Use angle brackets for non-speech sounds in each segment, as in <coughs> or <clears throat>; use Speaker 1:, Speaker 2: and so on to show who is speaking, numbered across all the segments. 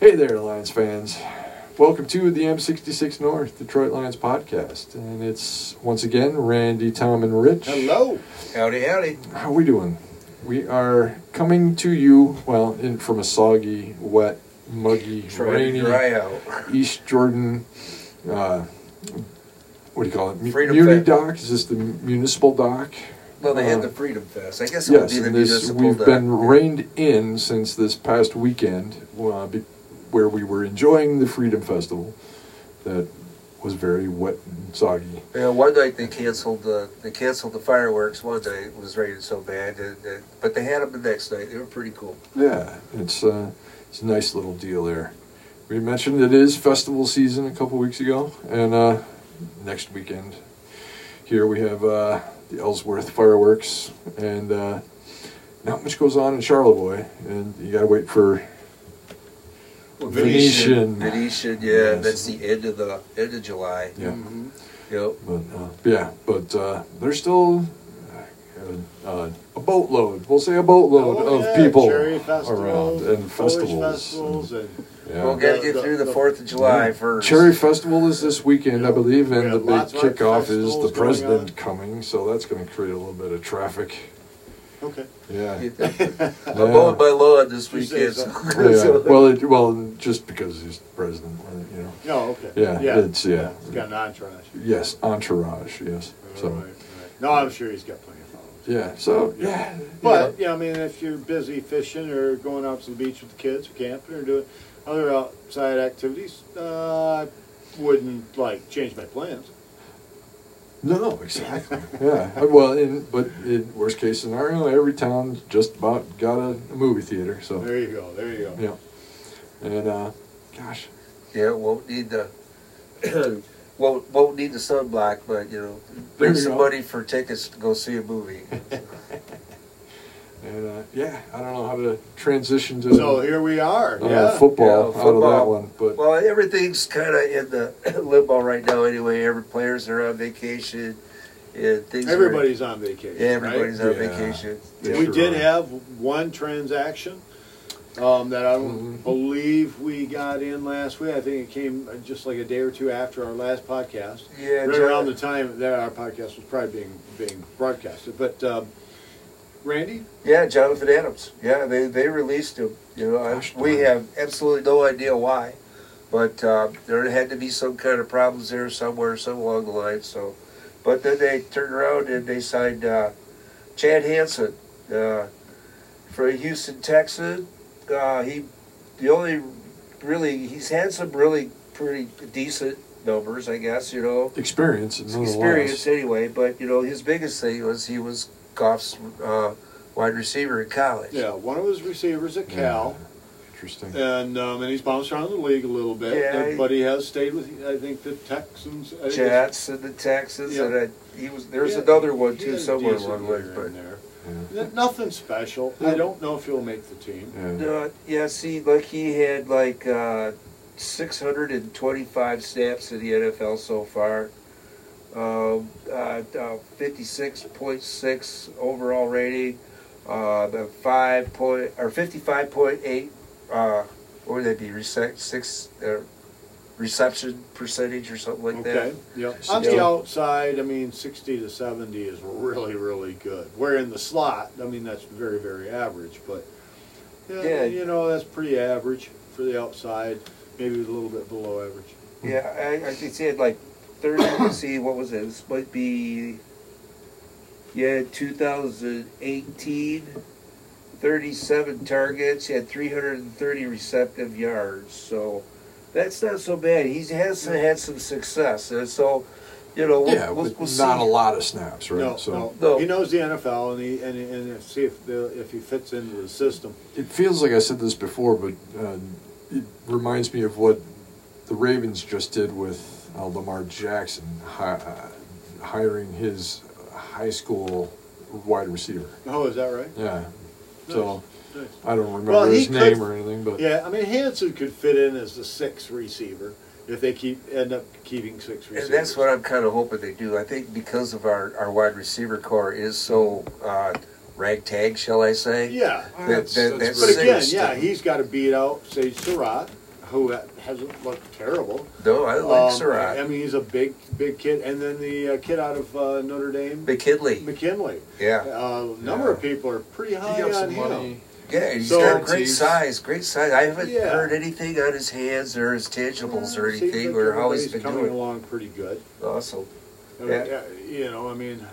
Speaker 1: Hey there, Lions fans. Welcome to the M66 North Detroit Lions podcast. And it's once again Randy, Tom, and Rich.
Speaker 2: Hello.
Speaker 3: Howdy, howdy.
Speaker 1: How we doing? We are coming to you, well, in from a soggy, wet, muggy,
Speaker 3: Try
Speaker 1: rainy
Speaker 3: to dry out.
Speaker 1: East Jordan. Uh, what do you call it? Mu-
Speaker 3: Freedom
Speaker 1: Muni
Speaker 3: Fest.
Speaker 1: dock? Is this the municipal dock?
Speaker 3: Well, they had
Speaker 1: Uh,
Speaker 3: the Freedom Fest. I guess it
Speaker 1: Yes,
Speaker 3: would be the
Speaker 1: and this,
Speaker 3: municipal
Speaker 1: we've
Speaker 3: dock.
Speaker 1: been reined in since this past weekend, uh, be, where we were enjoying the Freedom Festival, that was very wet and soggy.
Speaker 3: Yeah, one night they canceled the they canceled the fireworks. One night it was raining so bad, and, and, but they had them the next night. They were pretty cool.
Speaker 1: Yeah, it's uh, it's a nice little deal there. We mentioned it is festival season a couple weeks ago, and uh, next weekend here we have uh, the Ellsworth fireworks, and uh, not much goes on in Charlevoix, and you gotta wait for Venetian.
Speaker 3: Venetian, yeah,
Speaker 1: Yes.
Speaker 3: that's the end of the end of July.
Speaker 1: yeah.
Speaker 2: Mhm.
Speaker 3: Yep.
Speaker 1: But uh, yeah, but uh, there's still uh, uh, a boatload. We'll say a boatload
Speaker 2: Oh,
Speaker 1: of
Speaker 2: yeah,
Speaker 1: people
Speaker 2: Cherry Festival,
Speaker 1: around and
Speaker 2: Polish
Speaker 1: festivals.
Speaker 2: festivals and,
Speaker 1: And, yeah.
Speaker 3: We'll get
Speaker 2: The-
Speaker 3: you
Speaker 2: the-
Speaker 3: through the
Speaker 2: the-
Speaker 3: Fourth of July
Speaker 1: Yeah.
Speaker 3: first.
Speaker 1: Cherry Festival is this weekend, I
Speaker 2: Yeah.
Speaker 1: believe, and
Speaker 2: We
Speaker 1: the
Speaker 2: have
Speaker 1: big
Speaker 2: lots of
Speaker 1: kickoff is
Speaker 2: festivals
Speaker 1: the
Speaker 2: going
Speaker 1: president
Speaker 2: on.
Speaker 1: coming, so that's going to create a little bit of traffic.
Speaker 2: okay.
Speaker 1: Yeah.
Speaker 3: <laughs> I'm
Speaker 1: Yeah.
Speaker 3: mowing my lawn this
Speaker 2: You say
Speaker 3: weekend.
Speaker 2: so.
Speaker 1: <laughs>
Speaker 3: <laughs>
Speaker 1: Yeah.
Speaker 3: so-
Speaker 1: Well, it, well, just because he's president, you know.
Speaker 2: No, okay.
Speaker 1: Yeah, it's- yeah.
Speaker 2: It's got an entourage.
Speaker 1: Yes, entourage. Yes. So
Speaker 2: All right, all right. No, I'm sure he's got plenty of followers.
Speaker 1: yeah. So yeah.
Speaker 2: But yeah. I mean, if you're busy fishing or going out to the beach with the kids or camping or doing other outside activities, uh, I wouldn't like change my plans.
Speaker 1: No, exactly. yeah. Well, in, but in worst case scenario, every town just about got a, movie theater. So
Speaker 2: There you go. There you go.
Speaker 1: yeah. And uh, gosh,
Speaker 3: yeah, won't need the <clears throat> won't won't need the sunblock, but you know,
Speaker 1: There
Speaker 3: bring
Speaker 1: you
Speaker 3: some
Speaker 1: go.
Speaker 3: money for tickets to go see a movie.
Speaker 1: and uh, yeah, I don't know how to transition to
Speaker 2: So here we are.
Speaker 1: uh,
Speaker 2: yeah.
Speaker 1: football
Speaker 3: Yeah,
Speaker 1: out of that
Speaker 3: football.
Speaker 1: one. But
Speaker 3: Well, everything's kind of in the <clears throat> limbo right now. Anyway, every players are on vacation, and things. are-
Speaker 2: Everybody's on vacation.
Speaker 3: yeah, everybody's
Speaker 2: right?
Speaker 3: on
Speaker 1: Yeah.
Speaker 3: vacation.
Speaker 1: Yeah,
Speaker 2: we
Speaker 1: sure
Speaker 2: did
Speaker 1: are.
Speaker 2: have one transaction um, that I don't
Speaker 1: Mhm.
Speaker 2: believe we got in last week. I think it came uh, just like a day or two after our last podcast.
Speaker 3: Yeah,
Speaker 2: right
Speaker 3: John-
Speaker 2: around the time that our podcast was probably being being broadcasted. But um, Randy,
Speaker 3: Yeah, Jonathan Adams. Yeah, they they released him. You know, I-
Speaker 1: Gosh
Speaker 3: we
Speaker 1: darn.
Speaker 3: have absolutely no idea why, but uh, there had to be some kind of problems there somewhere, some along the line. So, but then they turned around and they signed uh, Chad Hansen uh, for Houston Texan. Uh, he the only really he's had some really pretty decent numbers, I guess. You know,
Speaker 1: experience, nonetheless.
Speaker 3: experience anyway. But you know, his biggest thing was he was Goff's uh, wide receiver in college.
Speaker 2: yeah, one of his receivers at
Speaker 1: Yeah,
Speaker 2: Cal,
Speaker 1: Interesting.
Speaker 2: and um, and he's bounced around the league a little bit.
Speaker 3: Yeah,
Speaker 2: and-
Speaker 3: he-
Speaker 2: but he has stayed with I think the Texans. I think it's-
Speaker 3: Jets and the Texans,
Speaker 2: Yeah.
Speaker 3: and I, he was. There's
Speaker 2: Yeah,
Speaker 3: another one
Speaker 2: he
Speaker 3: too
Speaker 2: had a
Speaker 3: somewhere
Speaker 2: decent
Speaker 3: along the way,
Speaker 2: year in
Speaker 3: but
Speaker 2: there.
Speaker 1: Yeah.
Speaker 2: N- Nothing special. I don't know if he'll make the team.
Speaker 1: Yeah.
Speaker 3: no, yeah. See, like he had like uh, 625 snaps in the NFL so far. Um, uh, uh, 56.6 overall rating, uh, the five point or 55.8. Uh, what would that be? Rece- six uh, reception percentage or something like
Speaker 2: Okay.
Speaker 3: that.
Speaker 2: Yep.
Speaker 1: So-
Speaker 2: On the outside, I mean, 60 to 70 is really, really good. Where in the slot, I mean, that's very, very average. But, yeah,
Speaker 3: Yeah.
Speaker 2: you know, that's pretty average for the outside, maybe a little bit below average.
Speaker 3: Yeah, I, I think he had like 30, let's see, what was it? This might be, yeah, 2018, 37 targets. He had 330 receptive yards. So that's not so bad. He has had some success. And so, you know, we'll,
Speaker 1: Yeah,
Speaker 3: we'll,
Speaker 1: but
Speaker 3: we'll see.
Speaker 1: not a lot of snaps, right?
Speaker 2: No,
Speaker 1: so
Speaker 2: no,
Speaker 3: No.
Speaker 2: He knows the NFL and he and, and if- see if the, if he fits into the system.
Speaker 1: it feels like I said this before, but uh, it reminds me of what the Ravens just did with uh, Lamar Jackson, hi- uh, hiring his high school wide receiver.
Speaker 2: Oh, is that right?
Speaker 1: Yeah. So
Speaker 2: Nice.
Speaker 1: I don't remember
Speaker 2: Well, he
Speaker 1: his
Speaker 2: could-
Speaker 1: name or anything, but
Speaker 2: Yeah, I mean, Hanson could fit in as the sixth receiver if they keep end up keeping six receivers.
Speaker 3: And that's what I'm kind of hoping they do. I think because of our, our wide receiver core is so uh, ragtag, shall I say.
Speaker 2: Yeah.
Speaker 3: That, that,
Speaker 1: That's-
Speaker 3: that's
Speaker 2: But again,
Speaker 3: six-
Speaker 2: yeah, he's got to beat out, say, Surratt, who hasn't looked terrible.
Speaker 3: No, I like
Speaker 2: Um, I
Speaker 3: Syrah.
Speaker 2: mean, he's a big, big kid. And then the uh, kid out of uh, Notre Dame,
Speaker 3: McKinley.
Speaker 2: McKinley.
Speaker 3: Yeah.
Speaker 2: A number of people are pretty
Speaker 1: He
Speaker 2: high
Speaker 1: got
Speaker 2: on
Speaker 1: some
Speaker 2: him.
Speaker 1: money.
Speaker 3: Yeah, he's
Speaker 2: So-
Speaker 3: got great size, great size. I haven't
Speaker 2: Yeah.
Speaker 3: heard anything on his hands or his tangibles or
Speaker 2: Seems
Speaker 3: anything
Speaker 2: like
Speaker 3: or how he's
Speaker 2: everybody's
Speaker 3: been
Speaker 2: coming
Speaker 3: doing.
Speaker 2: along pretty good.
Speaker 3: Awesome.
Speaker 2: I
Speaker 3: Yeah.
Speaker 2: mean, uh, You know, I mean,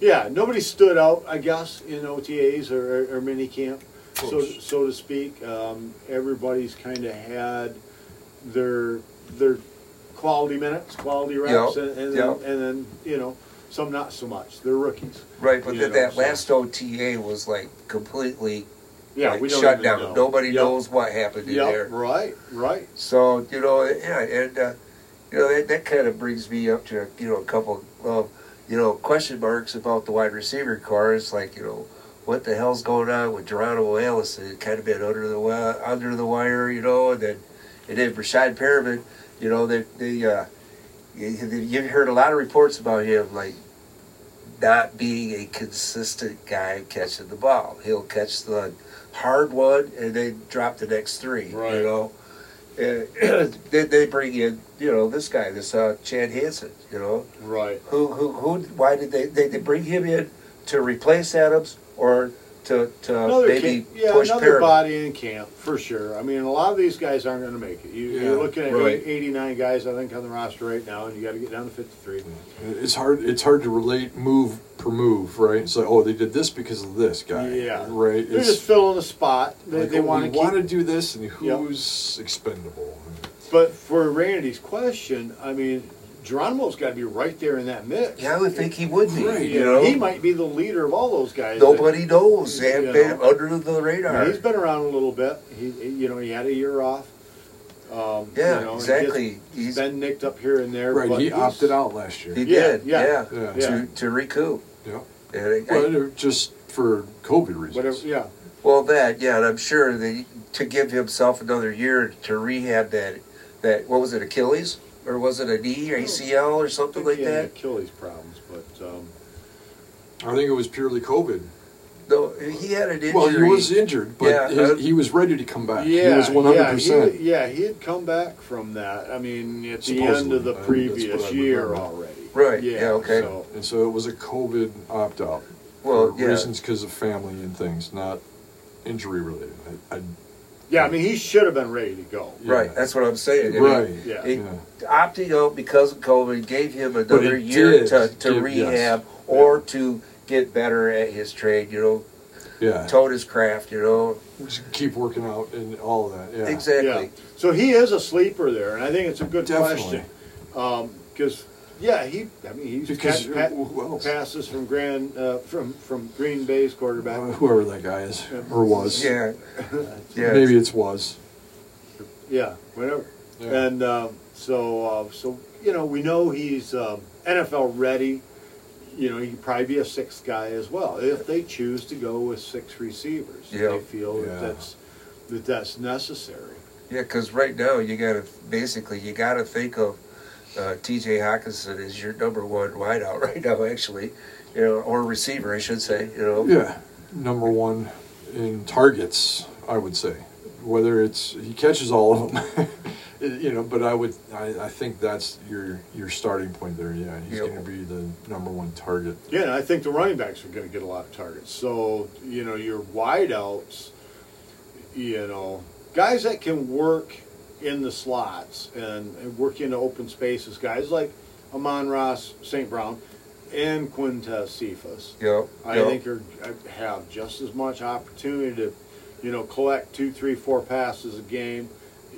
Speaker 2: yeah, nobody stood out, I guess, in OTAs or, or, or mini camp, so
Speaker 1: Close.
Speaker 2: so to speak. Um, everybody's kind of had their their quality minutes, quality reps,
Speaker 3: Yeah,
Speaker 2: and, and,
Speaker 3: yeah.
Speaker 2: then, and then you know some not so much. They're rookies.
Speaker 3: Right, but
Speaker 2: You
Speaker 3: then
Speaker 2: know,
Speaker 3: that
Speaker 2: so-
Speaker 3: last OTA was like completely
Speaker 2: Yeah,
Speaker 3: like
Speaker 2: we don't
Speaker 3: shut
Speaker 2: even
Speaker 3: down.
Speaker 2: know.
Speaker 3: Nobody
Speaker 2: Yep.
Speaker 3: knows what happened in
Speaker 2: Yep,
Speaker 3: there.
Speaker 2: right, right.
Speaker 3: So you know, yeah, and uh, you know that, that kind of brings me up to you know a couple uh, of you know question marks about the wide receiver core. It's like you know what the hell's going on with Geronimo Ellis? It kind of been under the wi- under the wire, you know, and then and then Rashad Perriman, you know, they they uh, you, you've heard a lot of reports about him like not being a consistent guy catching the ball. He'll catch the hard one and then drop the next three, you
Speaker 2: Right.
Speaker 3: know. And <clears throat> they, they bring in, you know, this guy, this uh, Chad Hansen, you know,
Speaker 2: Right.
Speaker 3: who, who, who, why did they, they, they bring him in to replace Adams or to, to
Speaker 2: Another
Speaker 3: maybe
Speaker 2: camp, yeah,
Speaker 3: push
Speaker 2: another
Speaker 3: Perriman?
Speaker 2: body in camp for sure. I mean, a lot of these guys aren't going to make it. You,
Speaker 1: Yeah,
Speaker 2: you're looking at
Speaker 3: right.
Speaker 2: eight- 89 guys, I think, on the roster right now, and you got to get down to 53.
Speaker 1: It's hard. It's hard to relate move per move, right? It's like, oh, they did this because of this guy,
Speaker 2: Yeah.
Speaker 1: right?
Speaker 2: They're
Speaker 1: It's
Speaker 2: just filling the spot. They,
Speaker 1: like,
Speaker 2: they
Speaker 1: oh,
Speaker 2: want to
Speaker 1: we
Speaker 2: keep.
Speaker 1: want to do this, and who's expendable?
Speaker 2: But for Randy's question, I mean, Geronimo's got to be right there in that mix.
Speaker 3: Yeah, I would think he would be,
Speaker 1: Right,
Speaker 3: you know.
Speaker 2: he might be the leader of all those guys.
Speaker 3: Nobody knows. They have
Speaker 2: You
Speaker 3: been
Speaker 2: know.
Speaker 3: under the
Speaker 2: That-
Speaker 3: radar.
Speaker 2: he's been around a little bit. He, he- you know, he had a year off. Um,
Speaker 3: yeah,
Speaker 2: you know, and he gets-
Speaker 3: exactly.
Speaker 2: He's
Speaker 3: He's,
Speaker 2: been nicked up here and there.
Speaker 1: Right,
Speaker 2: but
Speaker 1: he
Speaker 2: he's-
Speaker 1: opted out last year.
Speaker 3: he
Speaker 2: Yeah,
Speaker 3: did,
Speaker 2: yeah,
Speaker 3: yeah,
Speaker 1: yeah,
Speaker 2: yeah.
Speaker 3: To, to recoup.
Speaker 1: yeah.
Speaker 3: And I- I-
Speaker 1: Well, they're just for COVID reasons.
Speaker 2: Whatever. Yeah.
Speaker 3: Well, that yeah, and I'm sure that he- to give himself another year to rehab that that what was it Achilles or was it a knee or ACL or
Speaker 2: I
Speaker 3: something
Speaker 2: think
Speaker 3: like
Speaker 2: he had
Speaker 3: that?
Speaker 2: Achilles problems, but um,
Speaker 1: I think it was purely COVID.
Speaker 3: No, he had an injury.
Speaker 1: Well, he was injured, but
Speaker 3: Yeah,
Speaker 1: his,
Speaker 3: uh,
Speaker 1: he was ready to come back.
Speaker 2: yeah,
Speaker 1: he was one hundred percent.
Speaker 2: Yeah, he had come back from that. I mean, at the end
Speaker 1: Supposedly.
Speaker 2: of the
Speaker 1: I think that's
Speaker 2: previous
Speaker 1: what I
Speaker 2: year
Speaker 1: remember.
Speaker 2: already.
Speaker 3: Right, yeah, okay.
Speaker 2: So,
Speaker 1: And so uh, it was a COVID opt out.
Speaker 3: Well,
Speaker 1: for
Speaker 3: yeah,
Speaker 1: reasons because of family and things, not injury related. I, I,
Speaker 2: yeah, I mean, he should have been ready to go.
Speaker 1: yeah.
Speaker 3: right. That's what I'm saying. I mean,
Speaker 1: right.
Speaker 2: Yeah.
Speaker 3: He,
Speaker 1: Yeah.
Speaker 3: Opting out because of COVID gave him another
Speaker 1: it
Speaker 3: year
Speaker 1: did
Speaker 3: to, to
Speaker 1: give- yes.
Speaker 3: rehab or to get better at his trade. You know,
Speaker 1: Yeah.
Speaker 3: tote his craft. You know,
Speaker 1: Just keep working out and all of that. Yeah.
Speaker 3: exactly.
Speaker 2: So he is a sleeper there, and I think it's a good
Speaker 1: Definitely.
Speaker 2: question. Because, yeah, he, I mean, he's
Speaker 1: Because
Speaker 2: catch- pat-
Speaker 1: who- who else?
Speaker 2: passes from Grand, uh, from from Green Bay's quarterback.
Speaker 1: Whoever that guy is or was.
Speaker 3: Yeah, yeah.
Speaker 1: Maybe it's was.
Speaker 2: <laughs> Yeah, whatever.
Speaker 1: Yeah.
Speaker 2: And um, so, uh, so you know, we know he's um, NFL ready. You know, he could probably be a sixth guy as well if they choose to go with six receivers. If
Speaker 3: Yeah.
Speaker 2: they feel
Speaker 1: Yeah.
Speaker 2: that that's that that's necessary.
Speaker 3: Yeah, because right now you got to basically you got to think of uh, T.J. Hawkinson as your number one wideout <laughs> right now, actually, you know, or receiver, I should say. You know,
Speaker 1: Yeah. Number one in targets, I would say. Whether it's he catches all of <laughs> them, you know. But I would, I, I think that's your your starting point there. Yeah, he's
Speaker 3: Yeah.
Speaker 1: going to be the number one target.
Speaker 2: Yeah, and I think the running backs are going to get a lot of targets. So you know, your wideouts, you know, guys that can work in the slots and, and work into open spaces, guys like Amon Ross, St. Brown, and Quintez Cephas.
Speaker 3: you know,
Speaker 2: I
Speaker 3: you know.
Speaker 2: think are have just as much opportunity to, you know, collect two, three, four passes a game,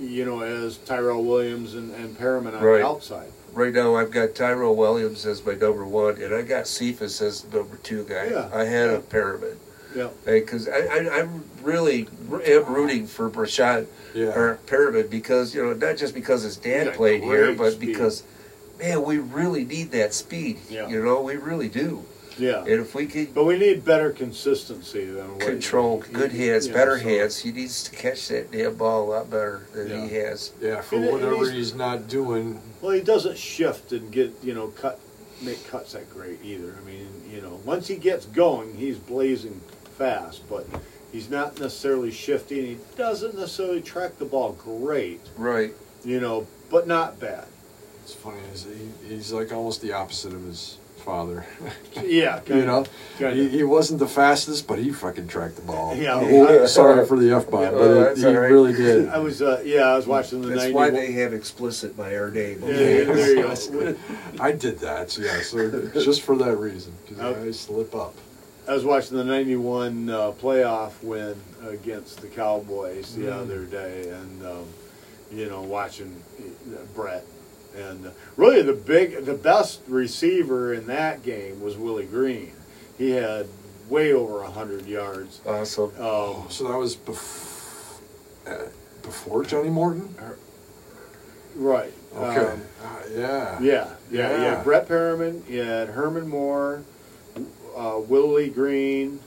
Speaker 2: you know, as Tyrell Williams and, and Perriman on
Speaker 3: Right.
Speaker 2: the outside.
Speaker 3: right now I've got Tyrell Williams as my number one, and I got Cephas as the number two guy.
Speaker 2: Yeah.
Speaker 3: I had
Speaker 2: Yeah.
Speaker 3: a pyramid
Speaker 2: Yeah,
Speaker 3: because I, I I'm really r- am rooting for Brashad
Speaker 1: Yeah.
Speaker 3: or Pyramid because you know not just because his dad
Speaker 2: Yeah,
Speaker 3: played here,
Speaker 2: great
Speaker 3: but
Speaker 2: speed.
Speaker 3: because man, we really need that speed.
Speaker 2: Yeah.
Speaker 3: You know, we really do.
Speaker 2: yeah.
Speaker 3: And if we could
Speaker 2: But we need better consistency than what
Speaker 3: control,
Speaker 2: he-
Speaker 3: good hands,
Speaker 2: you know,
Speaker 3: better
Speaker 2: so-
Speaker 3: hands. He needs to catch that damn ball a lot better than he has.
Speaker 1: Yeah, for
Speaker 2: And it- and
Speaker 1: whatever
Speaker 2: he's-
Speaker 1: he's not doing,
Speaker 2: Well, he doesn't shift and get you know cut, make cuts that great either. I mean, you know, once he gets going, he's blazing fast. But He's not necessarily shifty, and he doesn't necessarily track the ball great,
Speaker 3: Right.
Speaker 2: you know, but not bad.
Speaker 1: It's funny is he, he's like almost the opposite of his father.
Speaker 2: Yeah,
Speaker 1: you know,
Speaker 2: kinda.
Speaker 1: he, he wasn't the fastest, but he fucking tracked the ball.
Speaker 2: Yeah.
Speaker 1: Oh, sorry for the f bomb,
Speaker 2: Yeah,
Speaker 1: but it,
Speaker 3: that's
Speaker 1: he
Speaker 3: all right.
Speaker 1: really did.
Speaker 2: <laughs> I was, uh, yeah, I was watching the
Speaker 3: That's
Speaker 2: 91.
Speaker 3: why they have explicit by our name.
Speaker 2: Yeah, yeah, there you go.
Speaker 1: I did that, so yeah. So just for that reason, because I slip up.
Speaker 2: I was watching the '91 uh, playoff win against the Cowboys the
Speaker 1: Mm-hmm.
Speaker 2: other day, and um, you know, watching uh, Brett, and uh, really the big, the best receiver in that game was Willie Green. He had way over hundred yards.
Speaker 3: Awesome.
Speaker 2: Um,
Speaker 1: So that was bef- uh, before Johnny Morton.
Speaker 2: right.
Speaker 1: Okay.
Speaker 2: Um,
Speaker 1: Uh, yeah.
Speaker 2: Yeah, yeah, yeah.
Speaker 1: Yeah.
Speaker 2: Brett Perriman, you had Herman Moore, uh, Willie Green,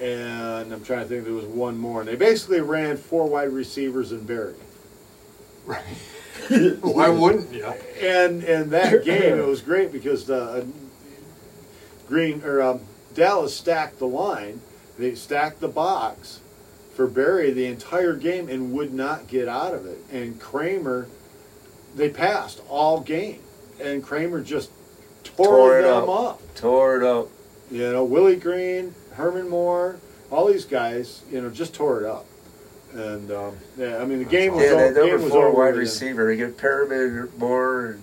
Speaker 2: and I'm trying to think. There was one more, and they basically ran four wide receivers and Barry.
Speaker 1: <laughs> Right. Why wouldn't you?
Speaker 2: And and that game, it was great because the Green or um, Dallas stacked the line, they stacked the box for Barry the entire game and would not get out of it. And Kramer, they passed all game, and Kramer just tore,
Speaker 3: Tore it
Speaker 2: them
Speaker 3: up.
Speaker 2: up.
Speaker 3: Tore it up.
Speaker 2: You know, Willie Green, Herman Moore, all these guys, you know, just tore it up. And um, yeah, I mean, the game was
Speaker 3: Yeah,
Speaker 2: over.
Speaker 3: that number
Speaker 2: game was
Speaker 3: four
Speaker 2: over
Speaker 3: wide
Speaker 2: then.
Speaker 3: receiver. You get Pyramid Moore and,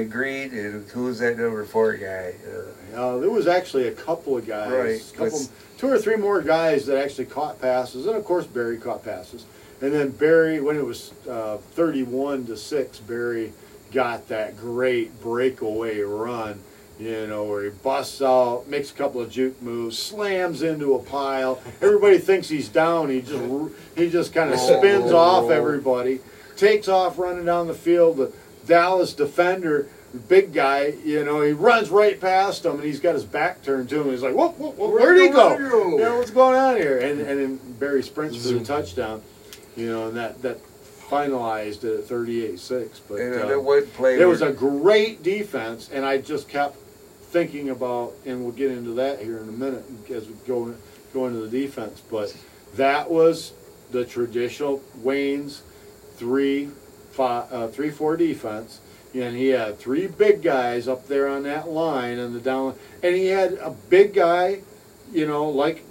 Speaker 3: and Green, and who's that number four guy? Uh,
Speaker 2: Uh, there was actually a couple of guys,
Speaker 3: Right,
Speaker 2: couple,
Speaker 3: let's-
Speaker 2: two or three more guys that actually caught passes, and of course Barry caught passes. And then Barry, when it was uh, thirty-one to six, Barry got that great breakaway run. You know, where he busts out, makes a couple of juke moves, slams into a pile. Everybody thinks he's down. He just r- he just kind of spins
Speaker 1: Oh.
Speaker 2: off everybody, takes off running down the field. The Dallas defender big guy, you know, he runs right past him and he's got his back turned to him. He's like, whoa, whoa, whoa where'd he go?
Speaker 1: Where'd he go?
Speaker 2: You know, what's going on here? And, and then Barry sprints for
Speaker 3: Mm-hmm.
Speaker 1: Zoom.
Speaker 2: the touchdown, you know, and that, that finalized it at 38 6. But
Speaker 3: and
Speaker 2: uh,
Speaker 3: that one play.
Speaker 2: it was
Speaker 3: where-
Speaker 2: a great defense, and I just kept thinking about, and we'll get into that here in a minute as we go, go into the defense. But that was the traditional Wayne's three, five, uh, three four defense. And he had three big guys up there on that line and the down, and he had a big guy, you know, like,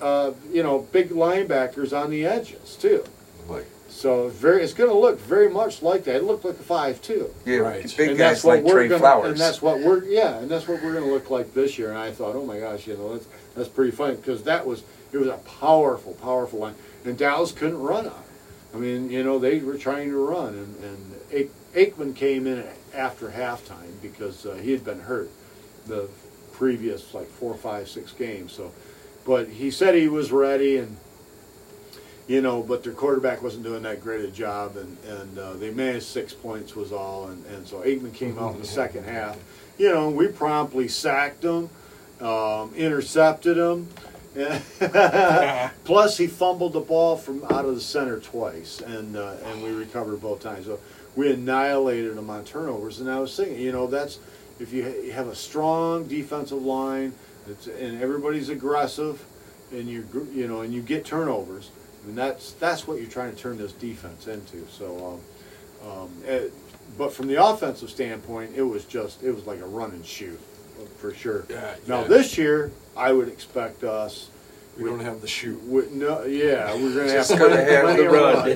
Speaker 2: uh, you know, big linebackers on the edges too.
Speaker 1: Like
Speaker 2: So very, it's going to look very much like that. It looked like a five too.
Speaker 3: yeah,
Speaker 1: right.
Speaker 3: big guys
Speaker 2: and that's what
Speaker 3: like
Speaker 2: we're
Speaker 3: Trey
Speaker 2: gonna,
Speaker 3: Flowers.
Speaker 2: And that's what we're yeah, and that's what we're going to look like this year. And I thought, oh my gosh, you know that's that's pretty funny because that was it was a powerful, powerful line, and Dallas couldn't run on. it. I mean, you know they were trying to run, and and Ake- Aikman came in after halftime because uh, he had been hurt the previous like four, five, six games. So, but he said he was ready and you know, but their quarterback wasn't doing that great a job, and and uh, they managed six points was all, and, and so Aikman came out in the second half. You know, we promptly sacked him, um, intercepted him. <laughs> Plus, he fumbled the ball from out of the center twice, and uh, and we recovered both times. So we annihilated them on turnovers. And I was thinking, you know, that's if you, ha- you have a strong defensive line, it's, and everybody's aggressive, and you gr- you know, and you get turnovers. And that's that's what you're trying to turn this defense into. So, um, um, it, but from the offensive standpoint, it was just it was like a run and shoot for sure.
Speaker 1: Yeah,
Speaker 2: Now
Speaker 1: yeah.
Speaker 2: this year, I would expect us.
Speaker 1: we don't have the shoot.
Speaker 2: Would, no, yeah, we're gonna have
Speaker 3: Just gonna have
Speaker 2: plenty
Speaker 3: to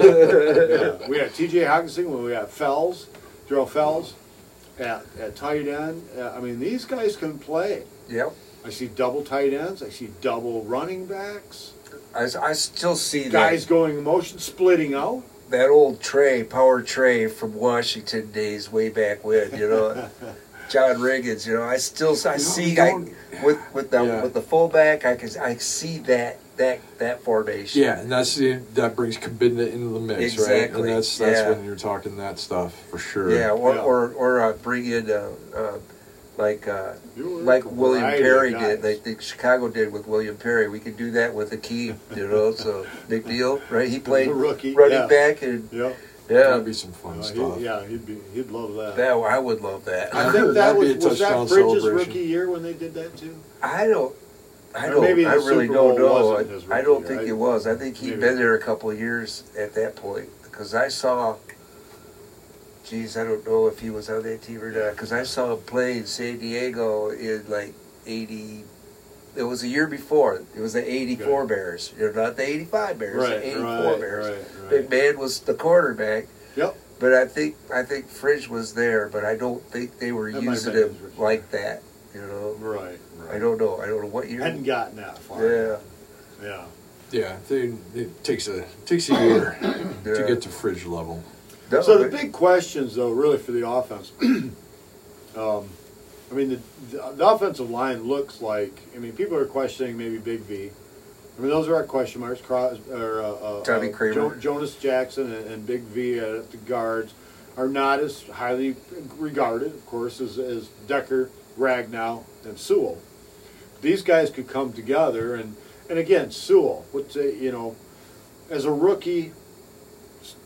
Speaker 2: of
Speaker 3: run.
Speaker 2: Yeah. We got T.J. Hawkinson. We got Fells, Darrell Fells, at, at tight end. Uh, I mean, these guys can play.
Speaker 3: yep.
Speaker 2: I see double tight ends. I see double running backs.
Speaker 3: I, s- I still see
Speaker 2: Guys going in motion, splitting out.
Speaker 3: that, that old Trey, power Trey from Washington days way back when, you
Speaker 2: <laughs>
Speaker 3: know. John Riggins, you know, I still s- I
Speaker 1: You
Speaker 3: see I,
Speaker 1: don't-
Speaker 3: with with the
Speaker 1: Yeah.
Speaker 3: with the fullback, I can s- I see that that that formation.
Speaker 1: Yeah, and that's the, that brings Kabinda into the mix, right?
Speaker 3: Exactly,
Speaker 1: And that's that's
Speaker 3: yeah.
Speaker 1: when you're talking that stuff for sure.
Speaker 3: Yeah, or
Speaker 2: Yeah.
Speaker 3: or, or uh, bring in uh, uh, like uh,
Speaker 2: You were
Speaker 3: like
Speaker 2: a
Speaker 3: William
Speaker 2: variety of
Speaker 3: Perry
Speaker 2: guys.
Speaker 3: did, like, like Chicago did with William Perry. We could do that with Akeem, you know. So McNeil, right? He played
Speaker 2: The rookie,
Speaker 3: running
Speaker 2: yeah.
Speaker 3: back, and
Speaker 2: Yeah,
Speaker 1: that'd
Speaker 3: yeah,
Speaker 1: be some fun
Speaker 2: Uh, he-
Speaker 1: stuff.
Speaker 2: yeah, he'd be he'd love that.
Speaker 3: that I would love that. <laughs>
Speaker 2: I think that
Speaker 1: <laughs> That'd be
Speaker 2: was
Speaker 1: a
Speaker 2: was that
Speaker 1: touchdown
Speaker 2: Bridges'
Speaker 1: celebration.
Speaker 2: rookie year when they did that too.
Speaker 3: I don't. I
Speaker 2: Or
Speaker 3: don't.
Speaker 2: maybe
Speaker 3: I
Speaker 2: the
Speaker 3: really
Speaker 2: Super
Speaker 3: don't
Speaker 2: Bowl
Speaker 3: know.
Speaker 2: wasn't his
Speaker 3: I, I don't
Speaker 2: rookie
Speaker 3: think
Speaker 2: year.
Speaker 3: it was. I think he had
Speaker 2: Maybe.
Speaker 3: been there a couple of years at that point because I saw. Geez, I don't know if he was on that team or not because I saw him play in San Diego in like eighty. It was a year before. It was the '84 Bears. You're not the '85 Bears.
Speaker 2: Right,
Speaker 3: the '84
Speaker 2: right,
Speaker 3: Bears.
Speaker 2: right, right.
Speaker 3: Big Man was the quarterback.
Speaker 2: Yep.
Speaker 3: But I think I think Fridge was there, but I don't think they were
Speaker 2: That might have
Speaker 3: using
Speaker 2: been
Speaker 3: him
Speaker 2: his rookie
Speaker 3: like that. You know,
Speaker 2: Right,
Speaker 3: I
Speaker 2: right.
Speaker 3: don't know. I don't know what year.
Speaker 2: Hadn't gotten that far.
Speaker 3: yeah.
Speaker 2: Yeah.
Speaker 1: Yeah, they, it takes a takes a year
Speaker 3: yeah.
Speaker 1: to get to fridge level.
Speaker 3: No,
Speaker 2: So the
Speaker 3: but-
Speaker 2: big questions, though, really for the offense. <clears throat> um, I mean, the, the offensive line looks like. I mean, people are questioning maybe Big V. I mean, those are our question marks. Cros, or, uh, uh,
Speaker 3: Tommy
Speaker 2: uh,
Speaker 3: Kramer.
Speaker 2: Jo- Jonas Jackson and, and Big V at the guards are not as highly regarded, of course, as, as Decker, Ragnow, and Sewell. These guys could come together, and and again, Sewell. What's a, you know, as a rookie,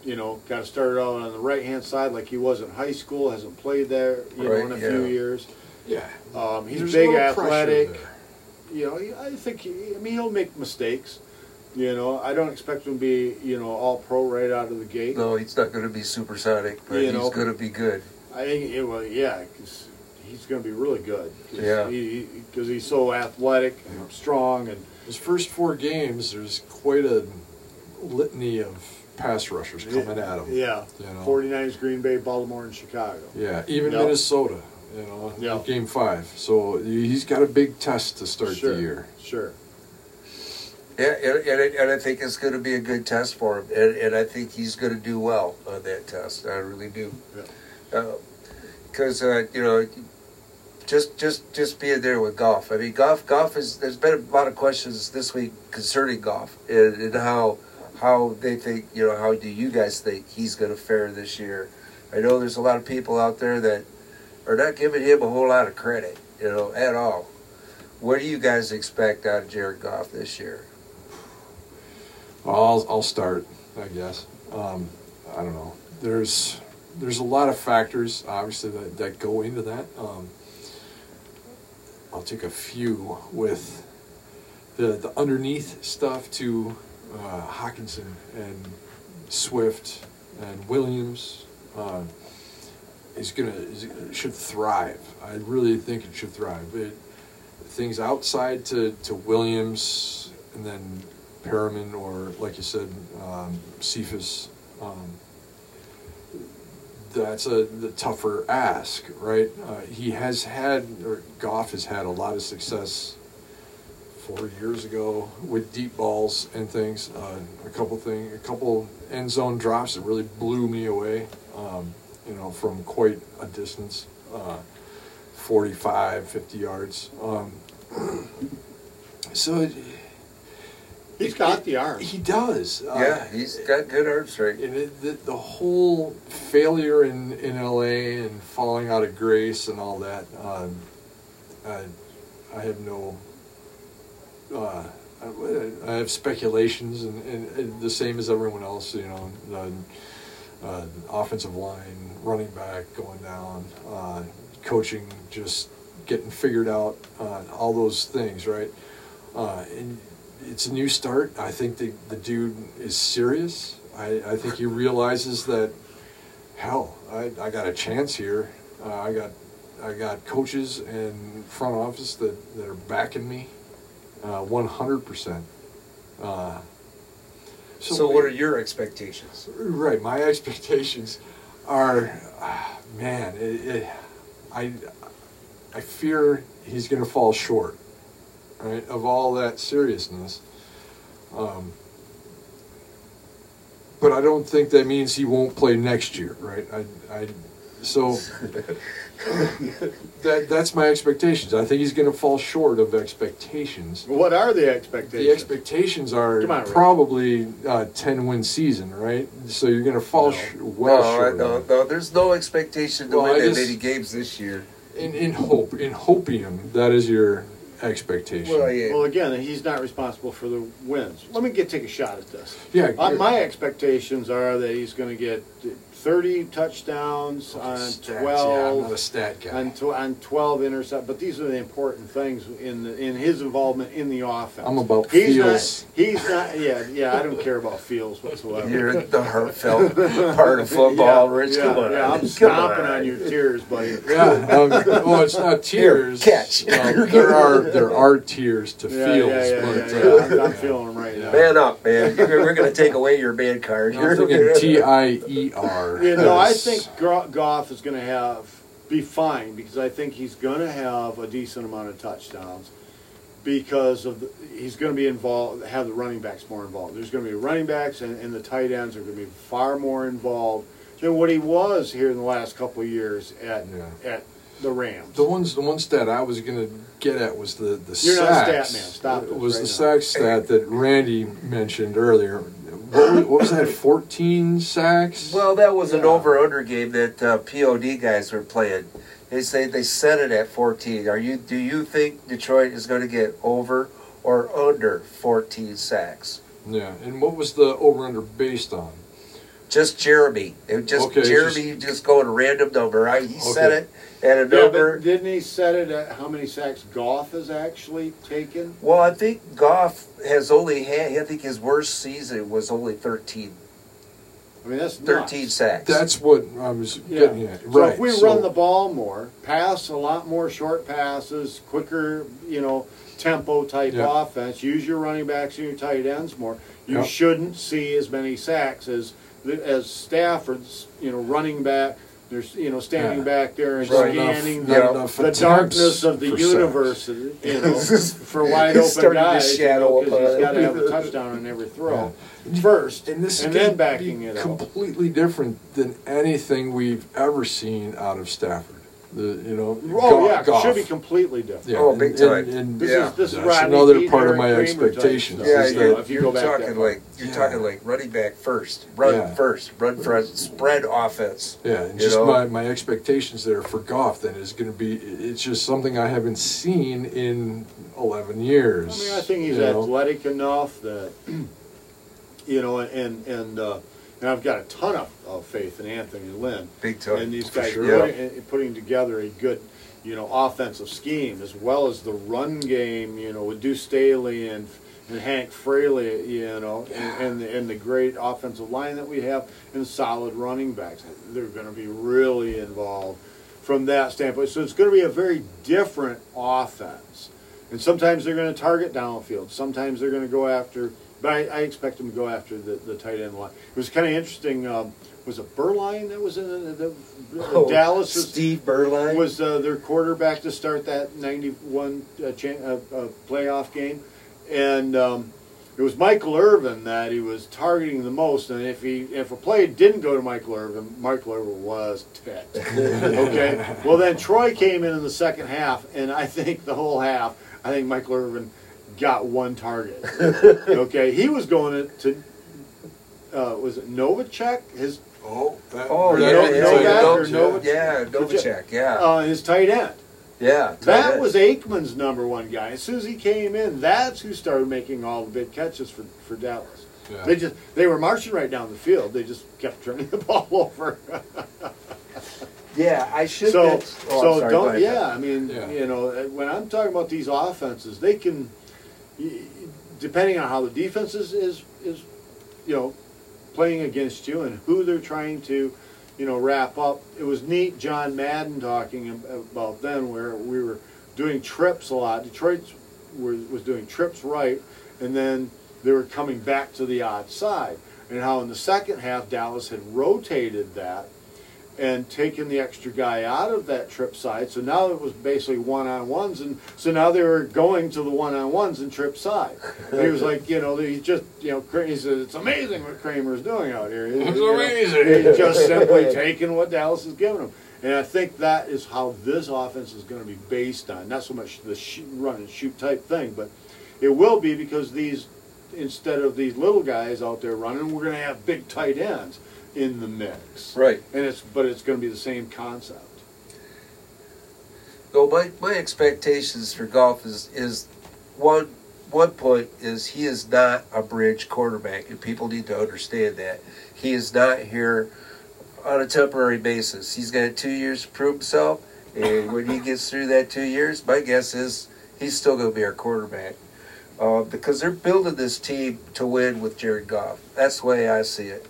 Speaker 2: you know, got started out on the right hand side like he was in high school, hasn't played there, you
Speaker 3: Right,
Speaker 2: know, in a
Speaker 3: yeah.
Speaker 2: few years.
Speaker 1: Yeah,
Speaker 2: Um, he's
Speaker 1: There's a
Speaker 2: big,
Speaker 1: little pressure
Speaker 2: athletic.
Speaker 1: there.
Speaker 2: You know, he- I think he, I mean he'll make mistakes. You know, I don't expect him to be you know all pro right out of the gate.
Speaker 3: no, he's not going to be supersonic, but
Speaker 2: You
Speaker 3: he's
Speaker 2: know.
Speaker 3: going to be good.
Speaker 2: I think it will, yeah, 'cause he's going to be really good. 'Cause
Speaker 3: Yeah.
Speaker 2: he, because he's so athletic and strong and
Speaker 1: His first four games, there's quite a litany of pass rushers coming at him.
Speaker 2: Yeah,
Speaker 1: You know?
Speaker 2: 49ers, Green Bay, Baltimore, and Chicago.
Speaker 1: Yeah, even
Speaker 2: Yeah.
Speaker 1: Minnesota, you know, in
Speaker 2: Yeah.
Speaker 1: game five. So he's got a big test to start
Speaker 2: Sure.
Speaker 1: the year.
Speaker 2: Sure.
Speaker 3: Yeah, and, and, I- and I think it's going to be a good test for him, and, and I think he's going to do well on that test. I really do, because uh, you know, just just just being there with golf. I mean, golf golf is there's been a lot of questions this week concerning golf and, and how how they think you know how do you guys think he's going to fare this year. I know there's a lot of people out there that are not giving him a whole lot of credit, you know, at all. What do you guys expect out of Jared Goff this year?
Speaker 1: I'll I'll start, I guess. Um, I don't know. There's there's a lot of factors, obviously, that, that go into that. Um, I'll take a few with the the underneath stuff to uh, Hawkinson and Swift and Williams. Uh, is gonna is, should thrive. I really think it should thrive. It, things outside to, to Williams and then Perriman or, like you said, um, Cephas. Um, that's a the tougher ask, right? Uh, he has had, or Goff has had a lot of success four years ago with deep balls and things. Uh, a couple thing, a couple end zone drops that really blew me away. Um, you know, from quite a distance, uh, 45, 50 yards. Um, <clears throat> so it,
Speaker 2: He's got the arm.
Speaker 1: he does. Uh,
Speaker 3: yeah, he's got good arm strength.
Speaker 1: and it, the, the whole failure in, in LA and falling out of grace and all that, um, I, I have no. Uh, I, I have speculations, and, and, and the same as everyone else, you know, the uh, offensive line, running back going down, uh, coaching just getting figured out, uh, all those things, right? Uh, and it's a new start. I think the, the dude is serious. I, I think he realizes that, hell, I, I got a chance here. Uh, I got I got coaches and front office that, that are backing me uh, 100%. Uh,
Speaker 3: So, what are your <laughs> expectations?
Speaker 1: Right, my expectations are, ah, man, it, it, I, I fear he's going to fall short, right, of all that seriousness. Um, but I don't think that means he won't play next year, right? I, I, so that that's my expectations. I think he's going to fall short of expectations.
Speaker 2: What are the
Speaker 1: The
Speaker 2: expectations?
Speaker 1: expectations are
Speaker 2: Come on, Rick.
Speaker 1: probably uh, ten win season, right? So you're going to fall
Speaker 2: No.
Speaker 1: sh- well
Speaker 3: no, I-
Speaker 1: short.
Speaker 3: no, no, there's no expectation to
Speaker 1: Well, I
Speaker 3: win that
Speaker 1: just-
Speaker 3: many games this year.
Speaker 1: In in hope, in hopium, that is your expectation.
Speaker 3: Well, yeah.
Speaker 2: well, again, he's not responsible for the wins. Let me get take a shot at this.
Speaker 1: yeah,
Speaker 2: Uh,
Speaker 1: you're-
Speaker 2: my expectations are that he's going to get thirty touchdowns
Speaker 1: Okay,
Speaker 2: on
Speaker 1: stats, yeah, I'm
Speaker 2: twelve
Speaker 1: not a stat
Speaker 2: on,
Speaker 1: guy.
Speaker 2: tw- on 12 intercept, but these are the important things in the, in his involvement in the offense.
Speaker 1: I'm about
Speaker 2: he's
Speaker 1: feels.
Speaker 2: Not, he's not. Yeah, yeah. I don't care about feels whatsoever.
Speaker 3: You're the heartfelt part of football,
Speaker 2: yeah,
Speaker 3: Rich.
Speaker 2: Yeah,
Speaker 3: Come on,
Speaker 2: yeah, I'm
Speaker 3: come
Speaker 2: stomping on. your tears,
Speaker 3: <laughs>
Speaker 2: buddy.
Speaker 1: Yeah, um, well, it's not tears.
Speaker 3: catch.
Speaker 1: Um, there are there are tears to
Speaker 2: Yeah,
Speaker 1: feels,
Speaker 2: yeah, yeah,
Speaker 1: but
Speaker 2: yeah,
Speaker 1: uh,
Speaker 2: yeah. I'm, I'm feeling them right now.
Speaker 3: Man up, man. You're- We're going to take away your band card.
Speaker 1: I'm thinking T
Speaker 3: <laughs>
Speaker 1: I E R.
Speaker 2: You know, I think Gro- Goff is going to have be fine because I think he's going to have a decent amount of touchdowns because of the, he's going to be involved have the running backs more involved. There's going to be running backs and, and the tight ends are going to be far more involved than what he was here in the last couple of years at
Speaker 1: Yeah.
Speaker 2: at the Rams.
Speaker 1: The ones, the one stat I was gonna get at was the the
Speaker 2: You're not a
Speaker 1: sacks.
Speaker 2: stat man. Stop this
Speaker 1: was
Speaker 2: right
Speaker 1: the
Speaker 2: now.
Speaker 1: sack stat that Randy mentioned earlier. What was, what was that? Fourteen sacks.
Speaker 3: Well, that was an
Speaker 2: Yeah.
Speaker 3: over under game that uh, POD guys were playing. They say they set it at 14. Are you? Do you think Detroit is going to get over or under 14 sacks?
Speaker 1: yeah. And what was the over under based on?
Speaker 3: Just Jeremy. It was just
Speaker 1: Okay,
Speaker 3: Jeremy just, going a random number. I, he set
Speaker 1: Okay.
Speaker 3: it at a
Speaker 2: yeah,
Speaker 3: number.
Speaker 2: but didn't he set it at how many sacks Goff has actually taken?
Speaker 3: Well, I think Goff has only had. I think his worst season was only 13,
Speaker 2: I mean, that's nuts.
Speaker 3: 13 sacks.
Speaker 1: That's what I was getting at.
Speaker 2: So
Speaker 1: Right.
Speaker 2: if we run the ball more, pass a lot more short passes, quicker, you know, tempo type
Speaker 1: Yeah.
Speaker 2: offense, use your running backs and your tight ends more, you
Speaker 1: Yeah.
Speaker 2: shouldn't see as many sacks as as Stafford's, you know, running back. There's, you know, standing
Speaker 1: Yeah.
Speaker 2: back there and
Speaker 1: There's not enough-
Speaker 2: scanning
Speaker 1: not
Speaker 3: yeah,
Speaker 1: enough
Speaker 2: the
Speaker 1: attempts
Speaker 2: darkness of the
Speaker 1: for
Speaker 2: universe,
Speaker 1: sacks.
Speaker 2: you know, for wide
Speaker 3: He's
Speaker 2: open
Speaker 3: starting to
Speaker 2: guys.
Speaker 3: shadow
Speaker 2: you know, 'cause
Speaker 3: upon
Speaker 2: he's got to
Speaker 3: it.
Speaker 2: have a touchdown on every throw first,
Speaker 1: And this is
Speaker 2: then
Speaker 1: gonna
Speaker 2: backing
Speaker 1: be
Speaker 2: it up.
Speaker 1: completely different than anything we've ever seen out of Stafford. The you know,
Speaker 2: Oh yeah,
Speaker 1: Goff.
Speaker 2: should be completely different.
Speaker 1: Yeah,
Speaker 3: Oh,
Speaker 1: and-
Speaker 3: big
Speaker 1: and-
Speaker 3: time.
Speaker 1: and-
Speaker 2: This
Speaker 3: Yeah.
Speaker 2: is this is
Speaker 1: That's
Speaker 2: Rodney
Speaker 1: another
Speaker 2: Pete,
Speaker 1: part of
Speaker 2: Eric
Speaker 1: my
Speaker 2: Kramer
Speaker 1: expectations.
Speaker 2: type
Speaker 1: Yeah,
Speaker 3: yeah,
Speaker 2: stuff.
Speaker 1: is
Speaker 3: you're,
Speaker 1: that-
Speaker 2: if you go
Speaker 3: you're
Speaker 2: back that
Speaker 3: talking
Speaker 2: far.
Speaker 3: like you're
Speaker 1: Yeah.
Speaker 3: talking like running back first, run
Speaker 1: Yeah.
Speaker 3: first, run front, spread offense.
Speaker 1: Yeah, and
Speaker 3: You
Speaker 1: just
Speaker 3: know?
Speaker 1: my, my expectations there for Goff then is going to be it's just something I haven't seen in eleven
Speaker 2: I
Speaker 1: years.
Speaker 2: mean, I think he's
Speaker 1: you know?
Speaker 2: athletic enough that <clears throat> you know, and and uh, and I've got a ton of, of faith in Anthony Lynn
Speaker 3: Big time.
Speaker 2: and these guys
Speaker 1: sure.
Speaker 2: putting, and putting together a good you know offensive scheme as well as the run game. You know, with Deuce Staley and. And Hank Fraley, you know, and, and, the, and the great offensive line that we have, and solid running backs. They're going to be really involved from that standpoint. So it's going to be a very different offense. And sometimes they're going to target downfield. Sometimes they're going to go after. But I, I expect them to go after the, the tight end line. It was kind of interesting. Um, was it Burline that was in the, the, the
Speaker 3: Oh,
Speaker 2: Dallas
Speaker 3: Steve Berline.
Speaker 2: was uh, their quarterback to start that '91 uh, cha- uh, uh, playoff game, and um, it was Michael Irvin that he was targeting the most. And if he if a play didn't go to Michael Irvin, Michael Irvin was ticked. okay, well then Troy came in in the second half, and I think the whole half, I think Michael Irvin got one target. okay, he was going to. Uh, was it Novacek? His
Speaker 1: oh, that,
Speaker 3: oh
Speaker 1: that-
Speaker 3: yeah,
Speaker 2: No-
Speaker 3: yeah,
Speaker 1: that-
Speaker 2: Novak
Speaker 3: yeah,
Speaker 1: that-
Speaker 2: or
Speaker 3: Novacek,
Speaker 2: Novak-
Speaker 3: yeah, Novacek, yeah,
Speaker 2: uh, his tight end.
Speaker 3: yeah.
Speaker 2: That was Aikman's number one guy. As soon as he came in, that's who started making all the big catches for, for Dallas.
Speaker 1: yeah.
Speaker 2: They just they were marching right down the field. They just kept <laughs> turning the ball over.
Speaker 3: yeah. I should.
Speaker 2: so
Speaker 3: that's- oh, I'm
Speaker 2: so
Speaker 3: sorry, go
Speaker 2: don't
Speaker 3: ahead.
Speaker 2: yeah. I mean
Speaker 1: Yeah.
Speaker 2: you know uh, when I'm talking about these offenses, they can y- y- depending on how the defense is is, is you know playing against you and who they're trying to you know wrap up. It was neat John Madden talking ab- about then where we were doing trips a lot. Detroit was, was doing trips right, and then they were coming back to the odd side. And how in the second half Dallas had rotated that and taken the extra guy out of that trip side. So now it was basically one on ones, and so now they were going to the one on ones and trip side. And he was like, you know, he just, you know, Kra- he said it's amazing what Kramer's doing out here. You know,
Speaker 1: amazing.
Speaker 2: <laughs> He's just simply taking what Dallas is giving him. And I think that is how this offense is going to be based on. Not so much the shoot, run and shoot type thing, but it will be because these, instead of these little guys out there running, we're going to have big tight ends in the mix.
Speaker 3: right.
Speaker 2: And it's but it's going to be the same concept.
Speaker 3: So my, my expectations for golf is is one one point is he is not a bridge quarterback, and people need to understand that he is not here on a temporary basis. He's got two years to prove himself, and when he gets through that two years, my guess is he's still going to be our quarterback uh, because they're building this team to win with Jared Goff. That's the way I see it.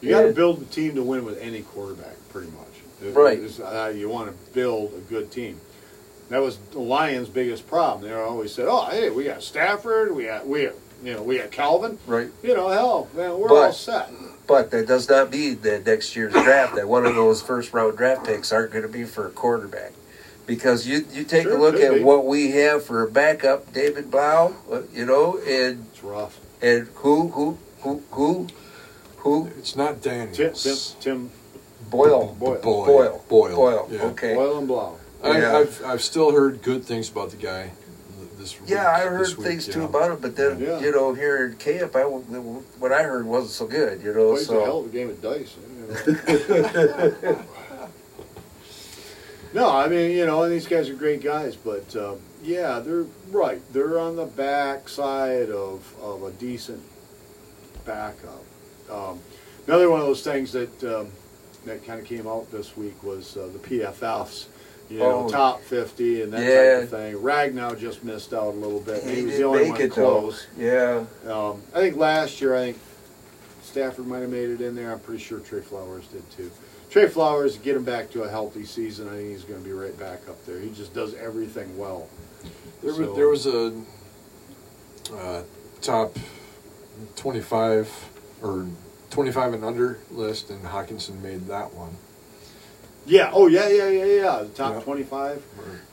Speaker 2: You got to
Speaker 3: Yeah.
Speaker 2: build the team to win with any quarterback, pretty much. It-
Speaker 3: Right.
Speaker 2: it's, uh, you want to build a good team. That was the Lions' biggest problem. They always said, "Oh, hey, we got Stafford, we got we, got, you know, we got Calvin.
Speaker 3: Right.
Speaker 2: You know, hell, man, we're all
Speaker 3: But-
Speaker 2: set."
Speaker 3: But that does not mean that next year's draft, that one of those first round draft picks aren't going to be for a quarterback. Because you, you take
Speaker 2: Sure,
Speaker 3: a look
Speaker 2: could
Speaker 3: at
Speaker 2: be.
Speaker 3: what we have for a backup, David Blau, uh, you know, and
Speaker 2: It's rough.
Speaker 3: and who who who who who
Speaker 1: It's not
Speaker 2: Tim, Tim,
Speaker 1: Daniels.
Speaker 2: Tim
Speaker 3: Boyle
Speaker 2: Boyle.
Speaker 1: Boyle.
Speaker 3: Boyle
Speaker 1: Boyle, yeah.
Speaker 3: okay
Speaker 2: Boyle and Blau.
Speaker 1: I,
Speaker 3: Yeah.
Speaker 1: I've I've still heard good things about the guy. This week,
Speaker 3: yeah I heard
Speaker 1: this week,
Speaker 3: things
Speaker 1: you
Speaker 3: too
Speaker 1: know.
Speaker 3: about it but then
Speaker 2: Yeah.
Speaker 3: you know here in camp I w- what I heard wasn't so good you know
Speaker 2: Plays a hell
Speaker 3: so
Speaker 2: of a game of dice. you know. <laughs> no, I mean you know, and these guys are great guys, but um, yeah, they're right. They're on the back side of, of a decent backup. Um, another one of those things that um, that kind of came out this week was uh, the PFFs. You know,
Speaker 3: Oh.
Speaker 2: top fifty and that type of thing. Ragnow just missed out a little bit. He, was the only one close.
Speaker 3: yeah
Speaker 2: Um, I think last year, I think Stafford might have made it in there. I'm pretty sure Trey Flowers did too. Trey Flowers, get him back to a healthy season. I think he's going to be right back up there. He just does everything well.
Speaker 1: There,
Speaker 2: So-
Speaker 1: was, there was a uh, top 25 or 25 and under list, and Hawkinson made that one.
Speaker 2: Yeah. Oh yeah. Yeah. Yeah. Yeah. The top
Speaker 1: Yeah.
Speaker 2: 25,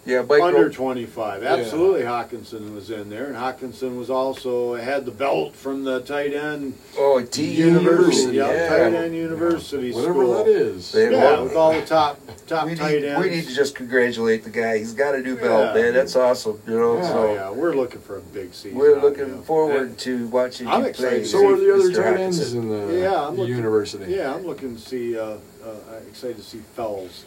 Speaker 3: yeah Mike
Speaker 2: under
Speaker 3: Ro-
Speaker 2: 25.
Speaker 1: Yeah.
Speaker 2: Absolutely. Hawkinson was in there, and Hawkinson was also had the belt from the tight end
Speaker 3: oh T
Speaker 1: University,
Speaker 3: University
Speaker 2: Yeah, tight
Speaker 3: yeah
Speaker 2: end university
Speaker 1: Whatever
Speaker 2: school.
Speaker 1: that is.
Speaker 3: They-
Speaker 2: Yeah, with all the top top
Speaker 3: we
Speaker 2: tight
Speaker 3: need,
Speaker 2: ends.
Speaker 3: we need to just congratulate the guy he's got a new belt
Speaker 2: Yeah.
Speaker 3: man that's awesome you know
Speaker 1: Yeah.
Speaker 2: Oh,
Speaker 3: so
Speaker 2: yeah, we're looking for a big season.
Speaker 3: we're
Speaker 2: out of
Speaker 3: looking
Speaker 2: him.
Speaker 3: forward to watching
Speaker 2: I'm
Speaker 3: you play
Speaker 2: excited.
Speaker 1: so are the other
Speaker 3: Mr.
Speaker 1: tight
Speaker 3: Hockinson.
Speaker 1: ends in the
Speaker 2: Yeah, I'm looking-
Speaker 1: university.
Speaker 2: Yeah, I'm looking to see. Uh, uh, I'm excited to see Fells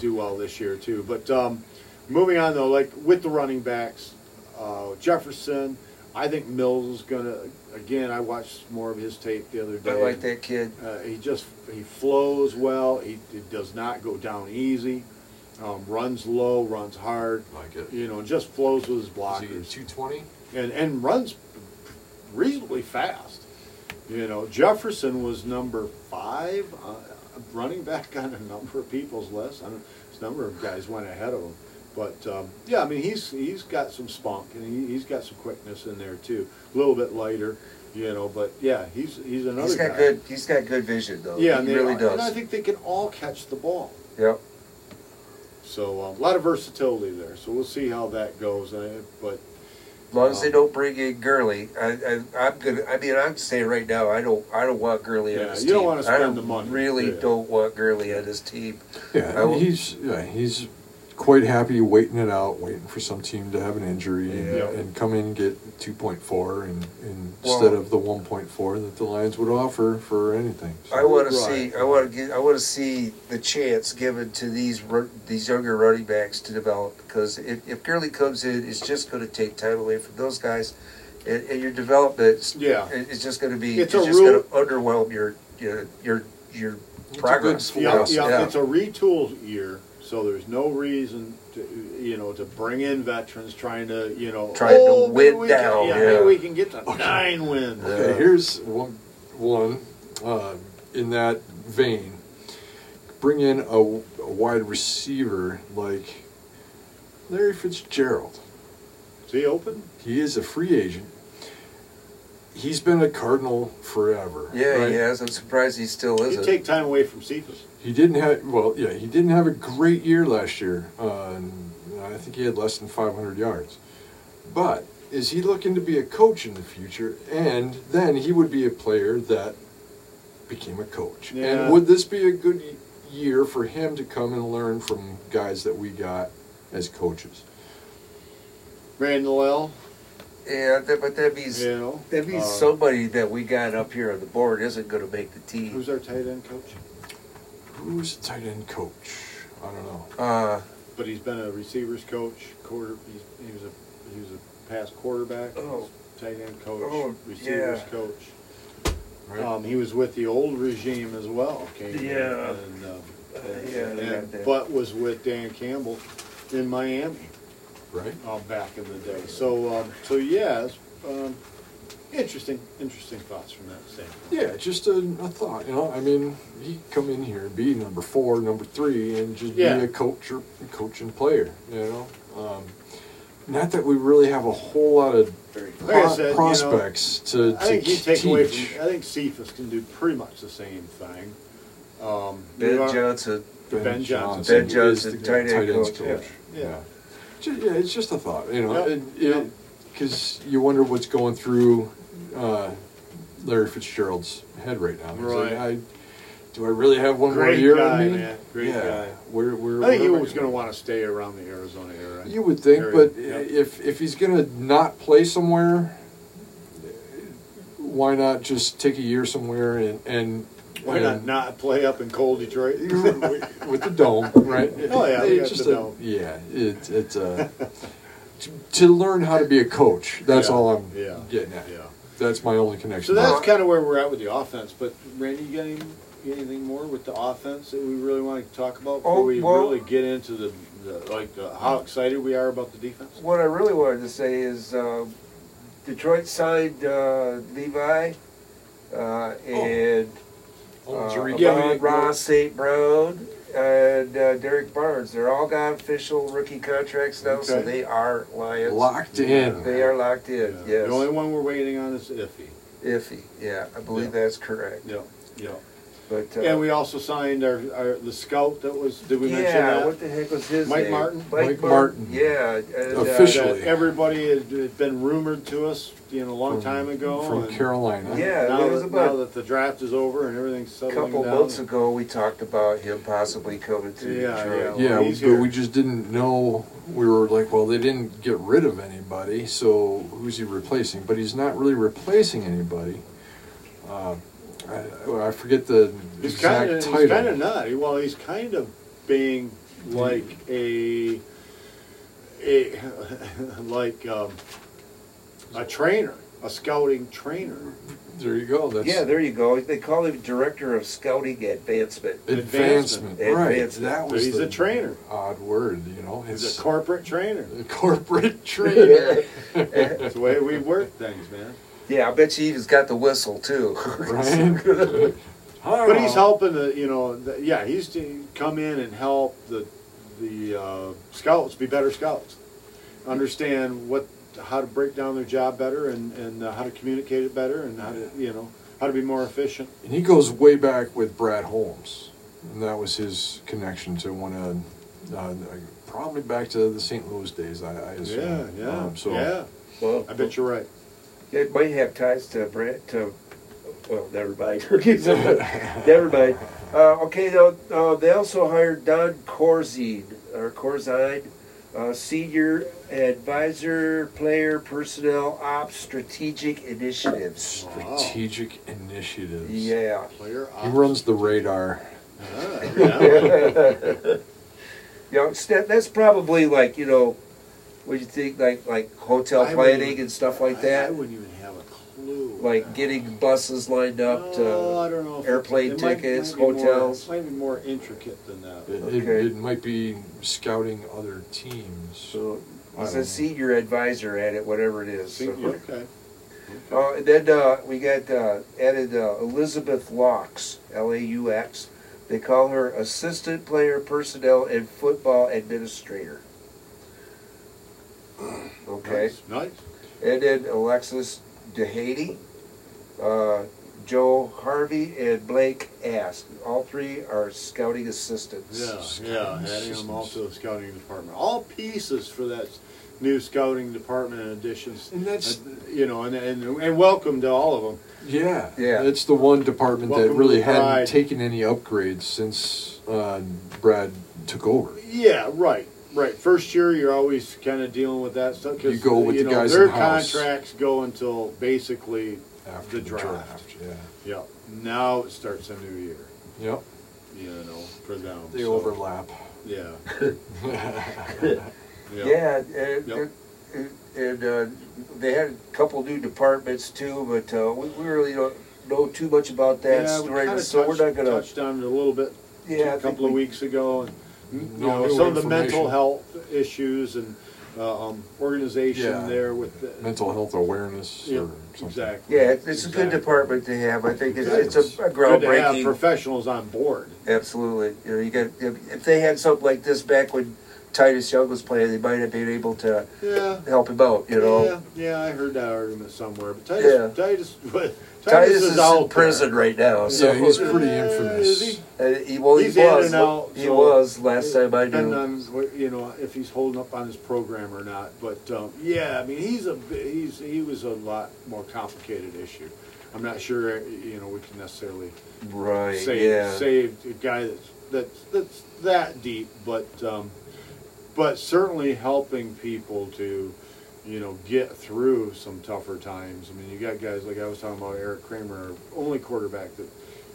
Speaker 2: do well this year too. But um, moving on though, like with the running backs, uh, Jefferson. I think Mills is gonna. Again, I watched more of his tape the other day.
Speaker 3: I like that kid
Speaker 2: Uh, he just he flows well. He, he does not go down easy. Um, runs low, runs hard.
Speaker 1: Like it.
Speaker 2: You know, just flows with his
Speaker 1: Is he
Speaker 2: blockers
Speaker 1: 220?
Speaker 2: and and runs reasonably fast. You know, Jefferson was number five uh, running back on a number of people's list. I don't, a number of guys went ahead of him, but um, yeah, I mean he's he's got some spunk and he, he's got some quickness in there too. A little bit lighter, you know, but yeah, he's he's another.
Speaker 3: He's got
Speaker 2: guy.
Speaker 3: good. He's got good vision though.
Speaker 2: Yeah,
Speaker 3: he
Speaker 2: and they,
Speaker 3: really
Speaker 2: And I
Speaker 3: does.
Speaker 2: think they can all catch the ball.
Speaker 3: Yep.
Speaker 2: So um, a lot of versatility there. So we'll see how that goes. And, but
Speaker 3: As long as they
Speaker 2: Um,
Speaker 3: don't bring in Gurley, I, I, I'm gonna. I mean, I'm saying right now, I don't. I don't want Gurley on
Speaker 2: Yeah,
Speaker 3: this
Speaker 2: you don't
Speaker 3: team.
Speaker 2: wanna
Speaker 3: I
Speaker 2: spend the money.
Speaker 3: Really
Speaker 2: Yeah.
Speaker 3: don't want Gurley on this team.
Speaker 1: Yeah,
Speaker 3: I
Speaker 1: I mean,
Speaker 3: will-
Speaker 1: he's yeah, he's quite happy waiting it out, waiting for some team to have an injury and,
Speaker 2: Yeah.
Speaker 1: and come in and get 2.4 and, and
Speaker 3: Well-
Speaker 1: instead of the 1.4 that the Lions would offer for anything. So-
Speaker 3: I want to
Speaker 2: Right.
Speaker 3: see. I want to get. I want to see the chance given to these ru- these younger running backs to develop. Because if, if Gurley comes in, it's just going to take time away from those guys, and, and your development.
Speaker 2: Yeah.
Speaker 3: It's just going to be.
Speaker 2: It's
Speaker 3: It's,
Speaker 2: a
Speaker 3: just
Speaker 2: rule-
Speaker 3: going to underwhelm your your your your
Speaker 1: It's a good
Speaker 3: progress. for
Speaker 1: Yeah,
Speaker 2: Yeah,
Speaker 3: us.
Speaker 2: yeah, it's a retool year, so there's no reason to, you know, to bring in veterans trying to, you know, "Oh,
Speaker 3: Trying to
Speaker 2: maybe
Speaker 3: win
Speaker 2: we can-
Speaker 3: down,
Speaker 2: yeah,
Speaker 3: yeah.
Speaker 2: maybe we can get to nine wins.
Speaker 1: Okay,
Speaker 3: Yeah.
Speaker 1: here's one, one uh, in that vein. Bring in a, a wide receiver like Larry Fitzgerald.
Speaker 2: Is he open?
Speaker 1: He is a free agent. He's been a Cardinal forever.
Speaker 3: Yeah,
Speaker 1: right?
Speaker 3: he has. I'm surprised he still
Speaker 2: You
Speaker 3: isn't.
Speaker 2: take time away from Cephas.
Speaker 1: He didn't have well, yeah, he didn't have a great year last year. Uh, and I think he had less than 500 yards. But is he looking to be a coach in the future? And then he would be a player that became a coach.
Speaker 2: Yeah.
Speaker 1: And would this be a good y- year for him to come and learn from guys that we got as coaches?
Speaker 2: Randall L.
Speaker 3: yeah, that, but that means
Speaker 2: You know,
Speaker 3: that means
Speaker 2: uh,
Speaker 3: somebody that we got up here on the board isn't going to make the team.
Speaker 2: Who's our tight end coach?
Speaker 1: Who's the tight end coach? I don't know.
Speaker 3: Uh,
Speaker 2: But he's been a receivers coach. Quarter. He's, he was a he was a past quarterback.
Speaker 3: Oh.
Speaker 2: Tight end coach.
Speaker 3: Oh,
Speaker 2: receivers
Speaker 3: yeah.
Speaker 2: coach.
Speaker 1: right?
Speaker 2: Um, he was with the old regime as well. Came in
Speaker 3: Yeah.
Speaker 2: And, uh,
Speaker 3: Uh, yeah, they got
Speaker 2: and
Speaker 3: that.
Speaker 2: Butt was with Dan Campbell in Miami
Speaker 1: right.
Speaker 2: uh, back in the day. So, um, so yes, um, interesting, interesting thoughts from that standpoint.
Speaker 1: Yeah, just a, a thought. You know, I mean, he come in here and be number four, number three, and just
Speaker 2: Yeah.
Speaker 1: be a coach or coach and player. You know, um, not that we really have a whole lot of
Speaker 3: Very
Speaker 2: Like I
Speaker 1: pro-
Speaker 2: said, you know,
Speaker 1: prospects to, to
Speaker 2: I think you
Speaker 1: k-
Speaker 2: take
Speaker 1: teach.
Speaker 2: away from. I think Cephas can do pretty much the same thing. Um,
Speaker 3: Ben
Speaker 2: you are-
Speaker 3: Johnson.
Speaker 2: Ben Johnson.
Speaker 3: Ben
Speaker 1: is
Speaker 3: Johnson,
Speaker 1: the
Speaker 3: tight end coach,
Speaker 2: yeah. Yeah.
Speaker 1: Ju- yeah, it's just a thought, you
Speaker 2: Yep,
Speaker 1: know,
Speaker 2: yep.
Speaker 1: because you wonder what's going through uh, Larry Fitzgerald's head right now. He's like,
Speaker 2: Right.
Speaker 1: I, do I really have one more
Speaker 2: Great
Speaker 1: year
Speaker 2: guy,
Speaker 1: in me?
Speaker 2: man. Great
Speaker 1: yeah.
Speaker 2: guy.
Speaker 1: Where, where,
Speaker 2: I think he
Speaker 1: where am
Speaker 2: was going to want to stay around the Arizona area.
Speaker 1: You would think,
Speaker 2: Area,
Speaker 1: but
Speaker 2: yep.
Speaker 1: if if he's going to not play somewhere, why not just take a year somewhere and and
Speaker 2: Why not
Speaker 1: and-
Speaker 2: not play up in cold Detroit?
Speaker 1: with the dome, right?
Speaker 2: Oh, yeah, we got
Speaker 1: just
Speaker 2: the
Speaker 1: a-
Speaker 2: dome.
Speaker 1: Yeah, it, it's uh,
Speaker 2: <laughs>
Speaker 1: to, to learn how to be a coach. That's
Speaker 2: Yeah,
Speaker 1: all I'm
Speaker 2: yeah,
Speaker 1: getting at.
Speaker 2: yeah.
Speaker 1: That's my only connection.
Speaker 2: So that's kind of where we're at with the offense. But Randy, you got any, you got anything more with the offense that we really want to talk about before
Speaker 3: Oh,
Speaker 2: we
Speaker 3: well-
Speaker 2: really get into the, the like the, how excited we are about the defense?
Speaker 3: What I really wanted to say is uh, Detroit signed uh, Levi uh, and
Speaker 1: Oh,
Speaker 3: uh,
Speaker 1: Jerry-
Speaker 2: yeah,
Speaker 3: Amon
Speaker 2: we-
Speaker 3: Ross, St. Brown, and uh, Derek Barnes. They're all got official rookie contracts now, so
Speaker 2: Okay.
Speaker 3: they are Lions.
Speaker 1: locked in.
Speaker 3: They are locked in. Yes.
Speaker 2: The only one we're waiting on is Iffy.
Speaker 3: Iffy. Yeah, I believe
Speaker 2: Yeah.
Speaker 3: that's correct.
Speaker 2: Yeah, yeah.
Speaker 3: But uh,
Speaker 2: And we also signed our, our the scout that was. Did we
Speaker 3: yeah,
Speaker 2: mention that?
Speaker 3: what the heck was his
Speaker 2: Mike
Speaker 3: name?
Speaker 2: Martin?
Speaker 1: Mike Martin.
Speaker 3: Yeah. and, uh,
Speaker 1: Official.
Speaker 2: That everybody had, had been rumored to us, you know, a long time ago.
Speaker 1: from
Speaker 2: and
Speaker 1: Carolina.
Speaker 3: Yeah.
Speaker 2: Now,
Speaker 3: it was
Speaker 2: that, now
Speaker 3: about-
Speaker 2: that the draft is over and everything's
Speaker 3: A
Speaker 2: settling
Speaker 3: couple
Speaker 2: down,
Speaker 3: months ago, we talked about him possibly coming to
Speaker 2: Yeah,
Speaker 3: Detroit.
Speaker 1: Yeah,
Speaker 2: Well, he's
Speaker 1: but
Speaker 2: here.
Speaker 1: we just didn't know. We were like, well, they didn't get rid of anybody, so who's he replacing? But he's not really replacing anybody. Uh, I, I forget the
Speaker 2: He's
Speaker 1: exact
Speaker 2: kind of
Speaker 1: title.
Speaker 2: he's kind of not. He- Well, he's kind of being like a a <laughs> like um, a trainer, a scouting trainer.
Speaker 1: There you go. That's
Speaker 3: Yeah, there you go. They call him Director of Scouting Advancement. <laughs>
Speaker 1: advancement.
Speaker 3: Advancement.
Speaker 1: Right.
Speaker 3: Advancement.
Speaker 1: That
Speaker 2: So
Speaker 1: was
Speaker 2: he's
Speaker 1: the
Speaker 2: a trainer.
Speaker 1: Odd word, you know.
Speaker 2: He's a
Speaker 1: It's
Speaker 2: corporate trainer.
Speaker 1: a <laughs>
Speaker 2: <laughs>
Speaker 1: corporate trainer.
Speaker 2: That's the way we work things, man.
Speaker 3: Yeah, I bet you he's got the whistle
Speaker 2: <laughs>
Speaker 3: too.
Speaker 1: <laughs> right?
Speaker 2: But
Speaker 3: Oh.
Speaker 2: he's helping the you know the, yeah he's to come in and help the the uh, scouts be better scouts, understand what how to break down their job better and and uh, how to communicate it better and how to you know how to be more efficient.
Speaker 1: And he goes way back with Brad Holmes, and that was his connection to one of, uh, probably back to the St. Louis days. I, I assume.
Speaker 2: Yeah, yeah,
Speaker 1: Um, so
Speaker 2: yeah.
Speaker 3: well,
Speaker 2: I bet you're right.
Speaker 3: it might have ties to Brett. To well, never
Speaker 2: <laughs>
Speaker 3: mind. <laughs> never mind. Uh, okay, though uh, they also hired Don Corzine or Corzine, uh, senior advisor, player personnel ops, strategic initiatives.
Speaker 1: strategic initiatives.
Speaker 3: Yeah.
Speaker 2: Player
Speaker 1: He
Speaker 2: ops.
Speaker 1: runs the radar.
Speaker 2: Ah, <laughs> yeah.
Speaker 3: <laughs> You know, it's that- that's probably like you know, what you think like like hotel
Speaker 2: I
Speaker 3: planning
Speaker 2: wouldn't-
Speaker 3: and stuff like
Speaker 2: I, I
Speaker 3: that,
Speaker 2: wouldn't even have a clue.
Speaker 3: like getting buses lined up to.
Speaker 2: Oh, I don't know if it-
Speaker 3: airplane
Speaker 2: it might- might
Speaker 3: tickets,
Speaker 2: be more-
Speaker 3: hotels.
Speaker 2: might be more intricate than that.
Speaker 1: It,
Speaker 3: Okay.
Speaker 1: it, it might be scouting other teams.
Speaker 3: So
Speaker 1: I
Speaker 3: he's
Speaker 1: don't know.
Speaker 3: a senior advisor at it, whatever it is. So-
Speaker 2: Okay.
Speaker 3: Uh, and then uh, we got uh, added uh, Elizabeth Laux, L A U X. They call her assistant player personnel and football administrator. Okay.
Speaker 2: Nice. nice.
Speaker 3: And then Alexis DeHady, uh, Joe Harvey, and Blake Ask. All three are scouting assistants.
Speaker 2: Yeah,
Speaker 1: Scouting
Speaker 2: yeah, adding them all
Speaker 1: assistants.
Speaker 2: to the scouting department. All pieces for that new scouting department additions.
Speaker 1: And that's-
Speaker 2: uh, you know, and, and and welcome to all of them.
Speaker 1: Yeah,
Speaker 3: Yeah.
Speaker 1: It's the one department
Speaker 2: Welcome
Speaker 1: that
Speaker 2: to
Speaker 1: really
Speaker 2: the
Speaker 1: hadn't
Speaker 2: pride.
Speaker 1: taken any upgrades since uh, Brad took over.
Speaker 2: Yeah, right, right. First year, you're always kind of dealing with that stuff because
Speaker 1: You go with the
Speaker 2: know,
Speaker 1: guys
Speaker 2: Their
Speaker 1: in-house.
Speaker 2: contracts go until basically,
Speaker 1: After
Speaker 2: The draft.
Speaker 1: yeah.
Speaker 2: yeah. Now it starts a new year.
Speaker 1: Yep,
Speaker 2: You know, for them.
Speaker 1: they
Speaker 2: so,
Speaker 1: overlap. <laughs>
Speaker 2: Yeah.
Speaker 3: Yeah, and,
Speaker 2: Yep.
Speaker 3: and, and, uh, they had a couple new departments too, but uh, we, we really don't know too much about that
Speaker 2: yeah, we
Speaker 3: story,
Speaker 2: kinda
Speaker 3: so we're not
Speaker 2: touched-
Speaker 3: gonna.
Speaker 2: touched on it a little bit
Speaker 3: yeah, I
Speaker 2: a
Speaker 3: think
Speaker 2: couple of
Speaker 3: we-
Speaker 2: weeks ago. and, You
Speaker 1: No
Speaker 2: know,
Speaker 1: new
Speaker 2: some of the mental
Speaker 1: information.
Speaker 2: health issues and uh, um, organization
Speaker 1: Yeah.
Speaker 2: there with the.
Speaker 1: Mental health awareness
Speaker 2: Yep,
Speaker 1: or something.
Speaker 2: exactly.
Speaker 3: Yeah, it's, it's a good
Speaker 2: Exactly.
Speaker 3: department to have. I think it's, it's a, a
Speaker 2: Good to have
Speaker 3: groundbreaking.
Speaker 2: professionals on board.
Speaker 3: Absolutely, you know, you got if, if they had something like this back when Titus Young was playing, they might have been able to
Speaker 2: Yeah.
Speaker 3: help him out. You know,
Speaker 2: Yeah, yeah, I heard that argument somewhere, but Titus,
Speaker 3: Yeah.
Speaker 2: Titus, <laughs> Titus,
Speaker 3: Titus is,
Speaker 2: out
Speaker 3: in prison right now, so
Speaker 1: Yeah, he's
Speaker 2: Yeah,
Speaker 1: pretty
Speaker 2: is
Speaker 1: infamous.
Speaker 2: he?
Speaker 3: uh, he, well, he
Speaker 2: He's in
Speaker 3: was
Speaker 2: and out,
Speaker 3: he
Speaker 2: so-
Speaker 3: was last time I
Speaker 2: Depending
Speaker 3: knew.
Speaker 2: on what- you know if he's holding up on his program or not, but um, yeah, I mean he's a bi- he's he was a lot more complicated issue. I'm not sure you know we can necessarily
Speaker 3: Right,
Speaker 2: say
Speaker 3: yeah,
Speaker 2: say a guy that's that's that's that deep, but um, but certainly helping people to you know get through some tougher times. I mean, you got guys like I was talking about Eric Kramer, only quarterback that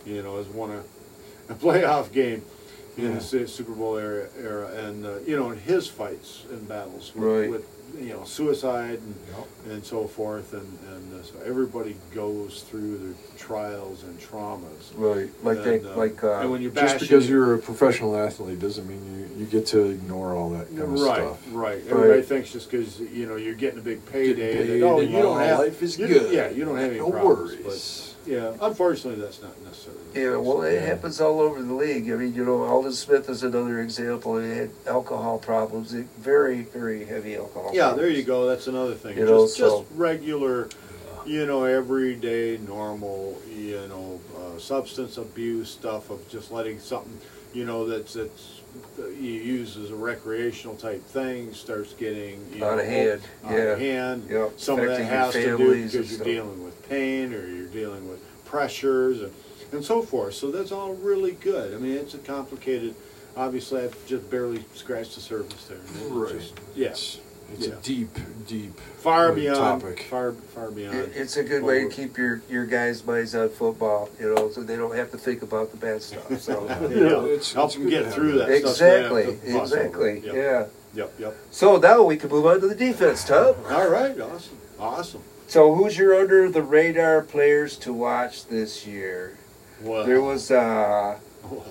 Speaker 2: you know has won a, a playoff game in
Speaker 1: Yeah.
Speaker 2: the Su- Super Bowl era, era and uh, you know in his fights and battles with,
Speaker 3: Right.
Speaker 2: with you know suicide and
Speaker 1: Yep.
Speaker 2: and so forth, and, and uh, so everybody goes through their trials and traumas.
Speaker 3: right. Like
Speaker 2: and,
Speaker 3: they, like uh,
Speaker 2: and when you're
Speaker 1: Just
Speaker 2: bashing,
Speaker 1: because you're a professional athlete doesn't mean you, you get to ignore all that kind of
Speaker 2: right,
Speaker 1: stuff.
Speaker 2: right. Everybody
Speaker 3: Right.
Speaker 2: thinks just because you know you're getting a big payday,
Speaker 1: Getting
Speaker 2: that, oh,
Speaker 1: paid
Speaker 2: you don't
Speaker 1: and
Speaker 2: have
Speaker 1: life is
Speaker 2: you-
Speaker 1: good.
Speaker 2: Yeah, you don't have any
Speaker 1: No worries.
Speaker 2: problems. But yeah, unfortunately, that's not necessarily. the
Speaker 3: Yeah,
Speaker 2: case.
Speaker 3: well, it
Speaker 1: Yeah.
Speaker 3: happens all over the league. I mean, you know, Alden Smith is another example. He had alcohol problems, eh, very, very heavy alcohol.
Speaker 2: yeah, there you go. That's another thing.
Speaker 3: You
Speaker 2: just,
Speaker 3: know, so-
Speaker 2: just regular, you know, everyday, normal, you know, uh, substance abuse stuff of just letting something, you know, that's that's that you use as a recreational type thing starts getting you
Speaker 3: Out
Speaker 2: know,
Speaker 3: of hand,
Speaker 2: Out of
Speaker 3: yeah.
Speaker 2: hand.
Speaker 3: Yep,
Speaker 2: Some of that
Speaker 3: affecting your
Speaker 2: has to do
Speaker 3: families and
Speaker 2: because you're
Speaker 3: stuff.
Speaker 2: dealing with pain or you're dealing with pressures and and so forth. So that's all really good. I mean, it's a complicated. Obviously, I've just barely scratced the surface there. It's
Speaker 1: Right.
Speaker 2: just- Yeah
Speaker 1: It's, it's
Speaker 2: Yeah.
Speaker 1: a deep, deep
Speaker 2: far
Speaker 1: uh,
Speaker 2: beyond
Speaker 1: topic.
Speaker 2: far far beyond
Speaker 3: It- It's a good way to keep your, your guys' minds on football, you know, so they don't have to think about the bad stuff. So,
Speaker 2: <laughs> yeah,
Speaker 3: you know.
Speaker 1: it's-
Speaker 2: help
Speaker 1: it's
Speaker 2: them
Speaker 1: good
Speaker 2: get
Speaker 1: to
Speaker 2: through
Speaker 1: have
Speaker 2: that
Speaker 3: exactly,
Speaker 2: stuff so they don't have to fuss over it.
Speaker 3: exactly,
Speaker 2: yep.
Speaker 3: yeah.
Speaker 2: yep yep
Speaker 3: So now we can move on to the defense, Tom.
Speaker 2: all right awesome awesome
Speaker 3: So, who's your under the radar players to watch this year?
Speaker 2: well
Speaker 3: There was uh,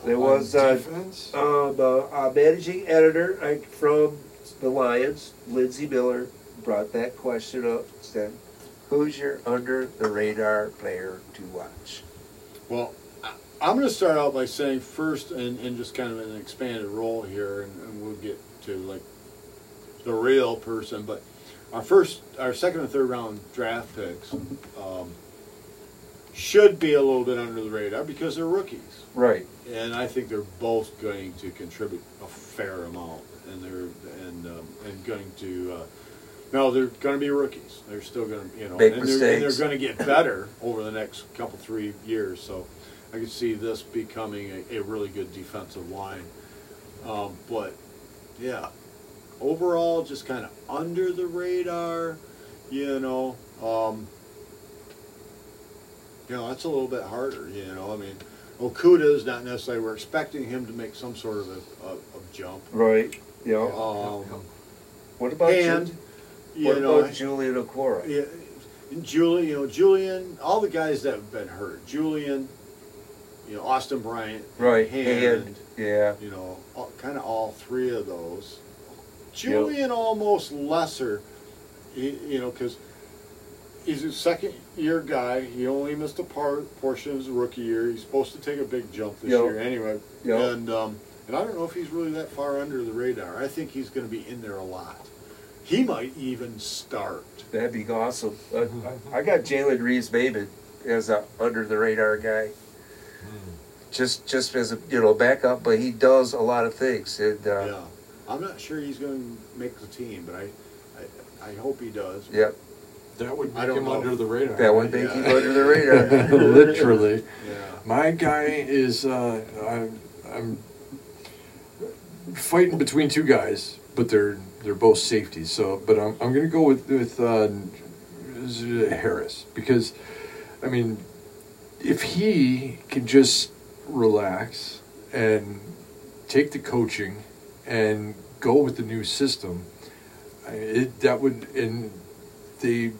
Speaker 3: there
Speaker 1: On
Speaker 3: was uh,
Speaker 1: defense?
Speaker 3: Um, uh, uh, managing editor I, from the Lions, Lindsey Miller, brought that question up. Said, "Who's your under the radar player to watch?"
Speaker 2: well I- i'm going to start out by saying first and, and just kind of an expanded role here and, and we'll get to like the real person but our first our second and third round draft picks um, should be a little bit under the radar because they're rookies
Speaker 3: Right.
Speaker 2: and I think they're both going to contribute a fair amount, and they're and um, and going to. Uh, no, they're going to be rookies. They're still going to, you know,
Speaker 3: Make
Speaker 2: and, they're, and
Speaker 3: mistakes.
Speaker 2: they're going to get better over the next couple three years. So, I could see this becoming a, a really good defensive line. Um, but yeah, overall, just kind of under the radar, you know. Um, you know, that's a little bit harder, you know. I mean, Okuda is not necessarily, we're expecting him to make some sort of a, a, a jump.
Speaker 3: Right. You know.
Speaker 2: Um,
Speaker 3: What about
Speaker 2: and,
Speaker 3: Ju-
Speaker 2: you
Speaker 3: what
Speaker 2: know,
Speaker 3: about Julian Okora?
Speaker 2: yeah, and Julian, you know, Julian, all the guys that have been hurt, Julian, you know, Austin Bryant,
Speaker 3: Right.
Speaker 2: Hand,
Speaker 3: Hand. Yeah.
Speaker 2: you know, kind of all three of those.
Speaker 3: Yep.
Speaker 2: Julian almost lesser, y- you know, because he's a second year guy. He only missed a par portion of his rookie year. He's supposed to take a big jump this
Speaker 3: Yep.
Speaker 2: year anyway.
Speaker 3: Yep.
Speaker 2: And um, and I don't know if he's really that far under the radar. I think he's going to be in there a lot. He might even start.
Speaker 3: That'd be awesome. Uh, I I got Jalen Reeves Maben as a under the radar guy. Just just as a you know backup, but he does a lot of things and. Uh,
Speaker 2: Yeah. I'm not sure he's going to make the team, but I, I, I hope he does.
Speaker 3: Yep.
Speaker 1: That would
Speaker 2: I
Speaker 1: make
Speaker 2: don't
Speaker 1: him
Speaker 2: know.
Speaker 1: under the radar.
Speaker 3: That would
Speaker 1: right?
Speaker 3: make him
Speaker 2: Yeah.
Speaker 3: under
Speaker 2: <laughs>
Speaker 3: the radar.
Speaker 1: <laughs> Literally.
Speaker 2: Yeah.
Speaker 1: My guy is uh, I'm, I'm fighting between two guys, but they're they're both safeties. So, but I'm I'm gonna go with with uh, Harris because, I mean, if he can just relax and take the coaching and go with the new system, I- it, that would and they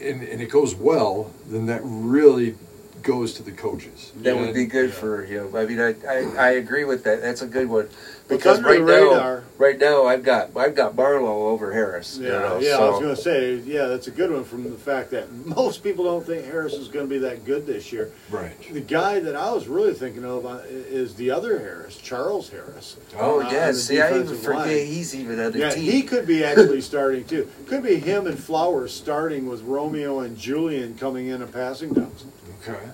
Speaker 1: and, and it goes well, then that really goes to the coaches.
Speaker 3: That would
Speaker 1: And-
Speaker 3: be good
Speaker 2: Yeah.
Speaker 3: for him. I mean, I, I, I agree with that. That's a good one
Speaker 2: What's
Speaker 3: because
Speaker 2: under
Speaker 3: right
Speaker 2: the
Speaker 3: now,
Speaker 2: radar-
Speaker 3: right now, I've got I've got Barlow over Harris.
Speaker 2: Yeah,
Speaker 3: you know,
Speaker 2: yeah. I was
Speaker 3: so-
Speaker 2: going to say, yeah, that's a good one from the fact that <laughs> most people don't think Harris is going to be that good this year.
Speaker 1: Right.
Speaker 2: The guy that I was really thinking of uh, is the other Harris, Charles Harris.
Speaker 3: Oh
Speaker 2: Uh, on
Speaker 3: yeah,
Speaker 2: the
Speaker 3: see, I even
Speaker 2: defensive
Speaker 3: forget
Speaker 2: line.
Speaker 3: he's even on the
Speaker 2: Yeah,
Speaker 3: team.
Speaker 2: he could be actually starting too. Could be him and Flowers starting with Romeo and Julian coming in and passing downs.
Speaker 1: Okay.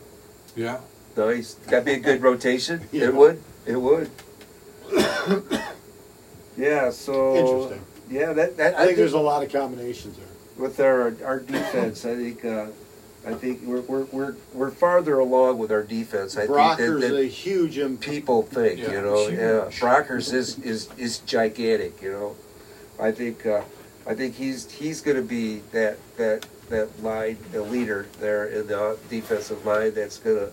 Speaker 1: Yeah.
Speaker 3: No, he's that'd be a good rotation. <laughs>
Speaker 2: Yeah.
Speaker 3: It would. It would. <coughs> yeah. So
Speaker 2: Interesting.
Speaker 3: Yeah, that, that
Speaker 2: I, think there's a lot of combinations there.
Speaker 3: with our our defense, I think uh, I think we're, we're we're we're farther along with our defense. I think
Speaker 2: Brockers
Speaker 3: that,
Speaker 2: a
Speaker 3: that
Speaker 2: huge impact.
Speaker 3: people think,
Speaker 1: Yeah,
Speaker 3: you know,
Speaker 1: huge.
Speaker 3: yeah, Brockers is is is gigantic, you know. I think uh, I think he's he's going to be that that that line the leader there in the defensive line. That's gonna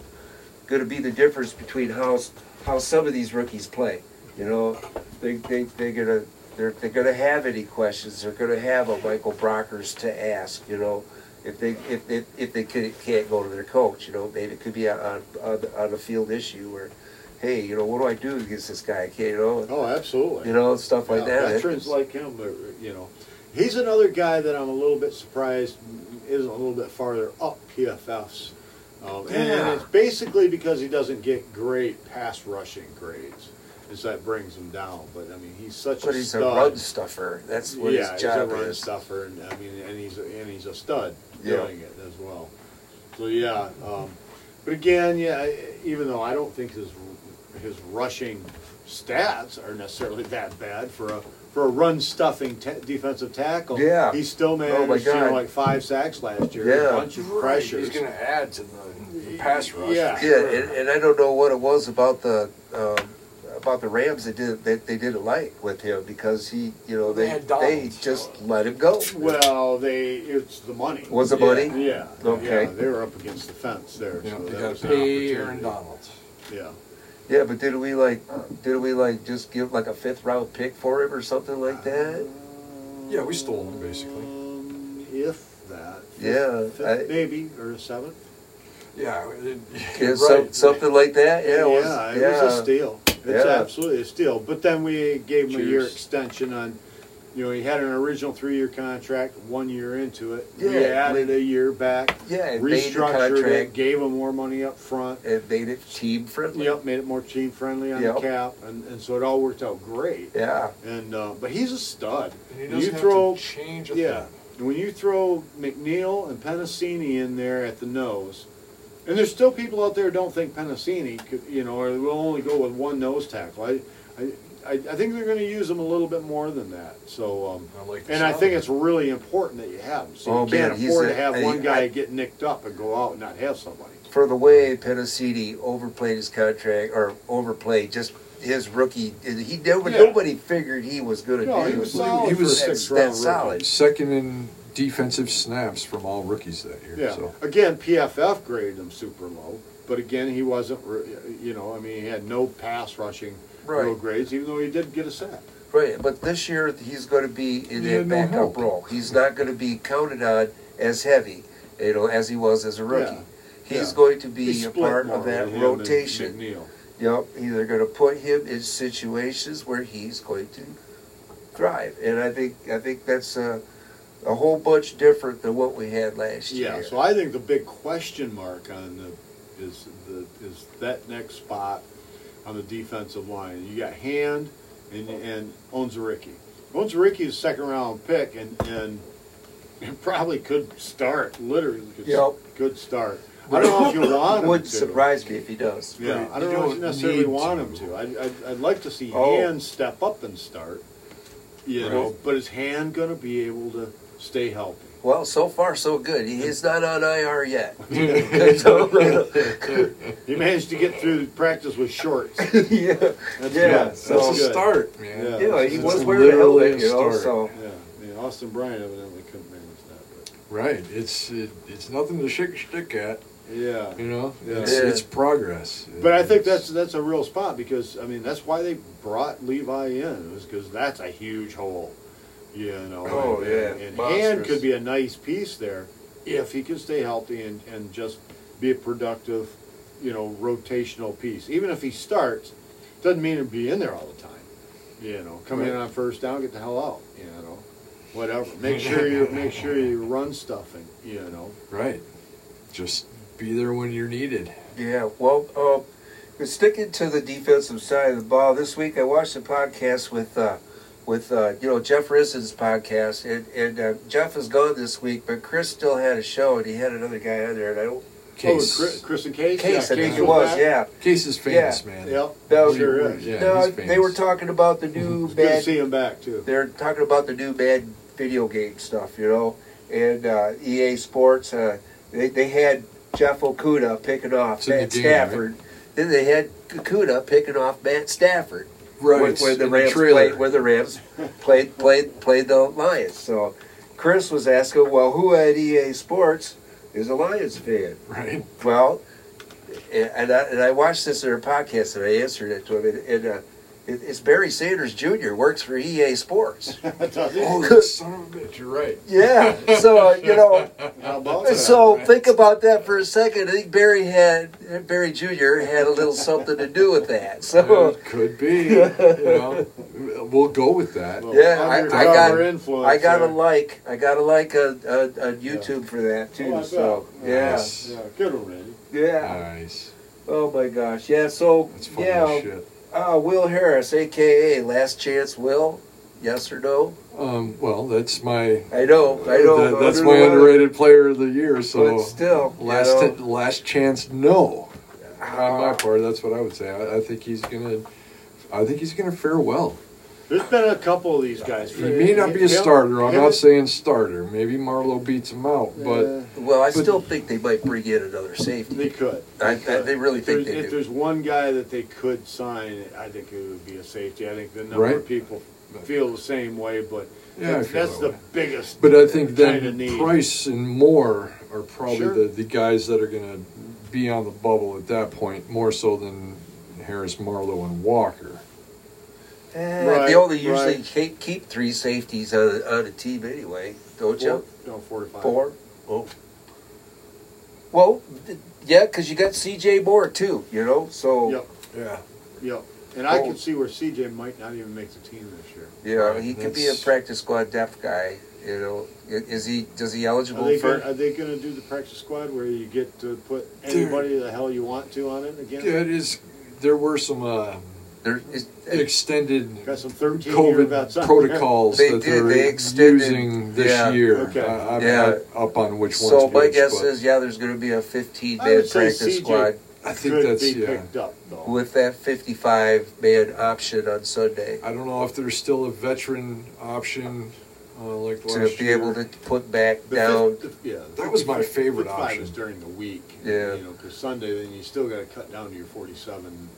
Speaker 3: gonna be the difference between how s- how some of these rookies play. You know, they they they're gonna they're they're gonna have any questions. They're gonna have a Michael Brockers to ask. You know. If they if they, if they could, can't go to their coach, you know, maybe it could be on on, on a field issue where, hey, you know, what do I do against this guy? I can't, you know,
Speaker 2: Oh, absolutely.
Speaker 3: you know, stuff like
Speaker 2: Yeah,
Speaker 3: that.
Speaker 2: Veterans like him, but, you know, he's another guy that I'm a little bit surprised isn't a little bit farther up PFFs. Um, and, and
Speaker 3: Yeah.
Speaker 2: it's basically because he doesn't get great pass rushing grades, and so that brings him down. But I mean, he's such
Speaker 3: But
Speaker 2: a
Speaker 3: he's
Speaker 2: stud.
Speaker 3: a run stuffer. That's what
Speaker 2: yeah,
Speaker 3: his job
Speaker 2: he's a run
Speaker 3: is.
Speaker 2: stuffer, and I mean, and he's a, and he's a stud
Speaker 3: Yeah.
Speaker 2: doing it as well. So yeah, um, but again, yeah, even though I don't think his his rushing stats are necessarily that bad for a for a run stuffing ta defensive tackle,
Speaker 3: Yeah.
Speaker 2: he still managed
Speaker 3: Oh, my
Speaker 2: you know,
Speaker 3: God.
Speaker 2: like five sacks last year, and
Speaker 3: Yeah.
Speaker 2: a bunch of
Speaker 1: He's
Speaker 2: pressures.
Speaker 1: going to add to the, the pass rush.
Speaker 2: Yeah.
Speaker 1: for
Speaker 3: Yeah,
Speaker 1: sure.
Speaker 3: and, and I don't know what it was about the um, about the Rams that did that they didn't like with him because he, you know,
Speaker 1: They
Speaker 3: they
Speaker 1: had
Speaker 3: they,
Speaker 1: Donald.
Speaker 3: just let him go.
Speaker 2: Well, they it's the money.
Speaker 3: Was it
Speaker 2: yeah,
Speaker 3: money?
Speaker 2: Yeah.
Speaker 3: Okay.
Speaker 2: Yeah, they were up against the fence there.
Speaker 1: Yeah,
Speaker 2: so
Speaker 1: they
Speaker 2: that
Speaker 1: got
Speaker 2: was
Speaker 1: to
Speaker 2: an
Speaker 1: pay Aaron
Speaker 2: opportunity.
Speaker 1: Donald.
Speaker 2: Yeah.
Speaker 3: yeah, but did we like did we like just give like a fifth round pick for him or something like that?
Speaker 1: Yeah, we stole him basically.
Speaker 2: Um, if that.
Speaker 3: Yeah,
Speaker 2: Fifth,
Speaker 3: I-
Speaker 2: maybe or a seventh.
Speaker 1: Yeah, it-
Speaker 3: Yeah,
Speaker 1: you're
Speaker 3: some-
Speaker 1: right.
Speaker 3: something like that. Yeah, it was-
Speaker 2: yeah, it
Speaker 3: yeah.
Speaker 2: was a steal. It's
Speaker 3: Yeah.
Speaker 2: absolutely a steal. But then we gave him a year
Speaker 1: Cheers.
Speaker 2: extension on. You know, he had an original three-year contract. One year into it, we
Speaker 3: Yeah,
Speaker 2: added
Speaker 3: we-
Speaker 2: a year back.
Speaker 3: Yeah, it made the
Speaker 2: restructured it,
Speaker 3: contract
Speaker 2: gave him more money up front.
Speaker 3: and made it team friendly.
Speaker 2: Yep, made it more team friendly on
Speaker 3: Yep.
Speaker 2: the cap, and, and so it all worked out great.
Speaker 3: Yeah,
Speaker 2: And uh, but he's a stud.
Speaker 1: And he
Speaker 2: You
Speaker 1: doesn't have
Speaker 2: throw-
Speaker 1: to change a
Speaker 2: Yeah,
Speaker 1: thing.
Speaker 2: and when you throw McNeil and Penasini in there at the nose, and there's still people out there who don't think Penasini could, you know, or will only go with one nose tackle. I, I, I I think they're going to use him a little bit more than that. So, um,
Speaker 1: I like the
Speaker 2: and I
Speaker 1: sound
Speaker 2: think
Speaker 1: of
Speaker 2: it's really important that you have him. So
Speaker 3: Oh,
Speaker 2: you can't
Speaker 3: man, he's
Speaker 2: afford
Speaker 3: a-
Speaker 2: to have
Speaker 3: I-
Speaker 2: one guy
Speaker 3: I-
Speaker 2: get nicked up and go out and not have somebody.
Speaker 3: for the way Penasini overplayed his contract or overplayed just his rookie, he nobody,
Speaker 2: Yeah.
Speaker 3: nobody figured he was going to
Speaker 2: No,
Speaker 3: do.
Speaker 2: he was
Speaker 3: it.
Speaker 2: solid.
Speaker 1: He was
Speaker 2: for a
Speaker 3: that's,
Speaker 2: sixth-round
Speaker 3: that's
Speaker 2: rookie.
Speaker 3: solid.
Speaker 1: Second in defensive snaps from all rookies that year.
Speaker 2: Yeah.
Speaker 1: So
Speaker 2: Again, PFF graded him super low, but again, he wasn't. Re- you know, I mean, he had no pass rushing
Speaker 3: Right.
Speaker 2: real grades, even though he did get a sack.
Speaker 3: Right, but this year he's going to be in
Speaker 1: He
Speaker 3: that
Speaker 1: had no
Speaker 3: backup
Speaker 1: help.
Speaker 3: role. He's not going to be counted on as heavy, you know, as he was as a rookie.
Speaker 2: Yeah.
Speaker 3: He's
Speaker 2: Yeah.
Speaker 3: going to
Speaker 2: They
Speaker 3: be a
Speaker 2: split
Speaker 3: part
Speaker 2: more
Speaker 3: of that
Speaker 2: with him and
Speaker 3: rotation.
Speaker 2: McNeil.
Speaker 3: Yep, either going to put him in situations where he's going to thrive, and I think I think that's a, a whole bunch different than what we had last
Speaker 2: Yeah,
Speaker 3: year.
Speaker 2: so I think the big question mark on the is the is that next spot on the defensive line. You got Hand and and Onzaricki. Onzaricki is a second round pick and and <laughs> it probably could start literally could,
Speaker 3: Yep.
Speaker 2: could start. I don't know
Speaker 3: <coughs>
Speaker 2: if you want
Speaker 3: it
Speaker 2: him
Speaker 3: would
Speaker 2: to.
Speaker 3: surprise me if he does.
Speaker 2: Yeah, I
Speaker 1: You
Speaker 2: don't know if
Speaker 1: don't
Speaker 2: you necessarily
Speaker 1: need
Speaker 2: want him
Speaker 1: to.
Speaker 2: to. I'd, I'd, I'd like to see
Speaker 3: Oh.
Speaker 2: Hand step up and start. You know, but is Hand going to be able to stay healthy?
Speaker 3: Well, so far so good. He is not on IR yet. <laughs> So,
Speaker 2: He managed to get through practice
Speaker 1: <laughs>
Speaker 2: with shorts.
Speaker 3: <laughs> yeah,
Speaker 2: That's
Speaker 3: Yeah,
Speaker 2: good.
Speaker 3: so-
Speaker 1: that's a start, man.
Speaker 2: Yeah.
Speaker 3: yeah, he
Speaker 1: It's
Speaker 3: was wearing a
Speaker 1: literally
Speaker 3: helmet,
Speaker 1: a
Speaker 3: you know.
Speaker 1: start.
Speaker 3: So
Speaker 2: Yeah, I mean, Austin Bryant evidently couldn't manage that,
Speaker 1: Right. It's it, it's nothing to shake your stick at.
Speaker 2: but yeah.
Speaker 1: You know,
Speaker 2: Yeah.
Speaker 1: it's,
Speaker 3: Yeah.
Speaker 1: it's progress.
Speaker 2: But I think
Speaker 1: It's-
Speaker 2: that's that's a real spot because I mean that's why they brought Levi in was because that's a huge hole, you know.
Speaker 3: Oh,
Speaker 2: and,
Speaker 3: yeah,
Speaker 2: and
Speaker 3: monstrous.
Speaker 2: Hand could be a nice piece there if he could stay healthy and, and just be a productive, you know, rotational piece. Even if he starts, doesn't mean to be in there all the time. You know, come in on first down, get the hell out. You know,
Speaker 3: <laughs>
Speaker 2: whatever. Make sure you make sure you run stuffing. You know,
Speaker 1: Right. Just be there when you're needed.
Speaker 2: Oh,
Speaker 3: Yeah, well, uh, but sticking to the defensive side of the ball, this week I watched a podcast with, uh, with uh, you know, Jeff Rissen's podcast, and, and uh, Jeff is gone this week, but Chris still had a show, and he had another guy on there, and I don't.
Speaker 1: Case.
Speaker 2: Oh, Chris, Chris and Case.
Speaker 3: Case, I
Speaker 2: yeah,
Speaker 3: think it was, yeah.
Speaker 1: Case is famous, man.
Speaker 2: Yeah,
Speaker 3: That was-
Speaker 2: sure is.
Speaker 1: Yeah,
Speaker 3: no,
Speaker 1: he's
Speaker 3: they were
Speaker 1: famous.
Speaker 3: talking about the new
Speaker 2: It's good to
Speaker 3: bad
Speaker 2: see him back too.
Speaker 3: they're talking about the new bad video game stuff, you know, and uh, EA Sports. Uh, they, they had Jeff Okuda picking off
Speaker 1: It's in the
Speaker 3: Matt
Speaker 1: game,
Speaker 3: Stafford. Then they had Okuda picking off Matt Stafford
Speaker 1: Right.
Speaker 3: when, when the
Speaker 1: in
Speaker 3: Rams
Speaker 1: trailer.
Speaker 3: played when the Rams played played played the Lions. So Chris was asking, well, who at EA Sports is a Lions fan? <laughs>
Speaker 1: Right.
Speaker 3: Well, and I, and I watched this in her podcast and I answered it to him. And, and uh, it, it's Barry Sanders Jr. works for EA Sports.
Speaker 2: <laughs> Does he?
Speaker 1: Oh, you son of a bitch. You're right.
Speaker 3: Yeah. So uh,
Speaker 1: <laughs>
Speaker 3: you know.
Speaker 2: How about that? Oh,
Speaker 3: So think about that for a second. I think Barry had Barry Jr. had a little something to do with that. So
Speaker 1: It could be.
Speaker 3: <laughs>
Speaker 1: you know, we'll go with that.
Speaker 2: Well,
Speaker 3: yeah, I- I
Speaker 2: undercover
Speaker 3: got-
Speaker 2: influence
Speaker 3: I got a
Speaker 2: there.
Speaker 3: like. I got a like on on on YouTube for that
Speaker 2: Oh,
Speaker 3: too.
Speaker 2: I bet.
Speaker 3: so yeah,
Speaker 1: Nice.
Speaker 2: Yeah, good one, Randy.
Speaker 3: yeah.
Speaker 1: Nice.
Speaker 3: Oh my gosh. Yeah. So
Speaker 1: That's funny as
Speaker 3: yeah.
Speaker 1: shit.
Speaker 3: Uh, Will Harris, aka Last Chance Will. Yes or no?
Speaker 1: Um, well, that's my.
Speaker 3: I know. I know.
Speaker 1: that- that's
Speaker 3: Under
Speaker 1: my
Speaker 3: the weather,
Speaker 1: underrated player of the year. So
Speaker 3: But still, you
Speaker 1: last
Speaker 3: know,
Speaker 1: last chance, no. On my
Speaker 3: uh,
Speaker 1: part, that's what I would say. I, I think he's gonna. I think he's gonna fare well.
Speaker 2: There's been a couple of these guys.
Speaker 1: He may not be a starter. I'm not saying starter. Maybe Marlowe beats him out, but
Speaker 3: well, I
Speaker 1: but-
Speaker 3: still think they might bring in another safety.
Speaker 2: They could.
Speaker 3: I, I, they really
Speaker 2: If there's,
Speaker 3: think they
Speaker 2: if
Speaker 3: do.
Speaker 2: there's one guy that they could sign, I think it would be a safety. I think the number
Speaker 1: Right.
Speaker 2: of people feel the same way, but
Speaker 1: yeah, I
Speaker 2: that's,
Speaker 1: feel
Speaker 2: that's
Speaker 1: that
Speaker 2: the
Speaker 1: way.
Speaker 2: biggest.
Speaker 1: But I think
Speaker 2: kind of
Speaker 1: then
Speaker 2: need.
Speaker 1: Price and Moore are probably
Speaker 2: Sure.
Speaker 1: the, the guys that are going to be on the bubble at that point, more so than Harris, Marlowe, and Walker.
Speaker 3: Eh,
Speaker 2: Right,
Speaker 3: they only usually
Speaker 2: right.
Speaker 3: keep, keep three safeties on a, on a team anyway, don't
Speaker 2: four,
Speaker 3: you?
Speaker 2: no, four to five.
Speaker 3: Four. Oh. Well, th- yeah, because you got C.J. Moore too, you know. So
Speaker 2: Yep,
Speaker 1: Yeah.
Speaker 2: yep. And I
Speaker 3: Four.
Speaker 2: can see where CJ might not even make the team this year.
Speaker 3: you know, he could be a
Speaker 1: That's-
Speaker 3: practice squad depth guy. You know, I- is he? Does he
Speaker 2: Are
Speaker 3: eligible
Speaker 2: they,
Speaker 3: for?
Speaker 2: gonna, are they going to do the practice squad where you get to put anybody the hell you want to on it again?
Speaker 1: Yeah, it is. There were some uh,
Speaker 3: there is, uh,
Speaker 1: extended
Speaker 2: Got some 13 year vets
Speaker 1: COVID
Speaker 2: on
Speaker 1: protocols
Speaker 3: They
Speaker 1: that
Speaker 3: did,
Speaker 1: they're
Speaker 3: they extended-
Speaker 1: using this
Speaker 3: yeah.
Speaker 1: year.
Speaker 2: Okay.
Speaker 1: I, I'm
Speaker 3: Yeah.
Speaker 1: not up on which
Speaker 3: so
Speaker 1: ones.
Speaker 3: my
Speaker 1: which,
Speaker 3: guess
Speaker 1: but
Speaker 3: is yeah, there's going to be a 15
Speaker 2: I would
Speaker 3: man
Speaker 2: say
Speaker 3: practice
Speaker 2: C.J.
Speaker 3: squad
Speaker 1: I
Speaker 2: There.
Speaker 1: think
Speaker 2: Could
Speaker 1: that's
Speaker 2: be
Speaker 1: yeah.
Speaker 2: picked up, though.
Speaker 3: with that 55 man option on Sunday.
Speaker 1: I don't know if there's still a veteran option uh, like last
Speaker 3: to be
Speaker 1: year.
Speaker 3: able to put back
Speaker 2: The
Speaker 3: down.
Speaker 2: fifth- the- yeah, the
Speaker 1: That was my
Speaker 2: 55
Speaker 1: favorite
Speaker 2: 55
Speaker 1: option.
Speaker 2: is during the week.
Speaker 3: Yeah.
Speaker 2: you know, because Sunday then you still got to cut down to your forty-seven.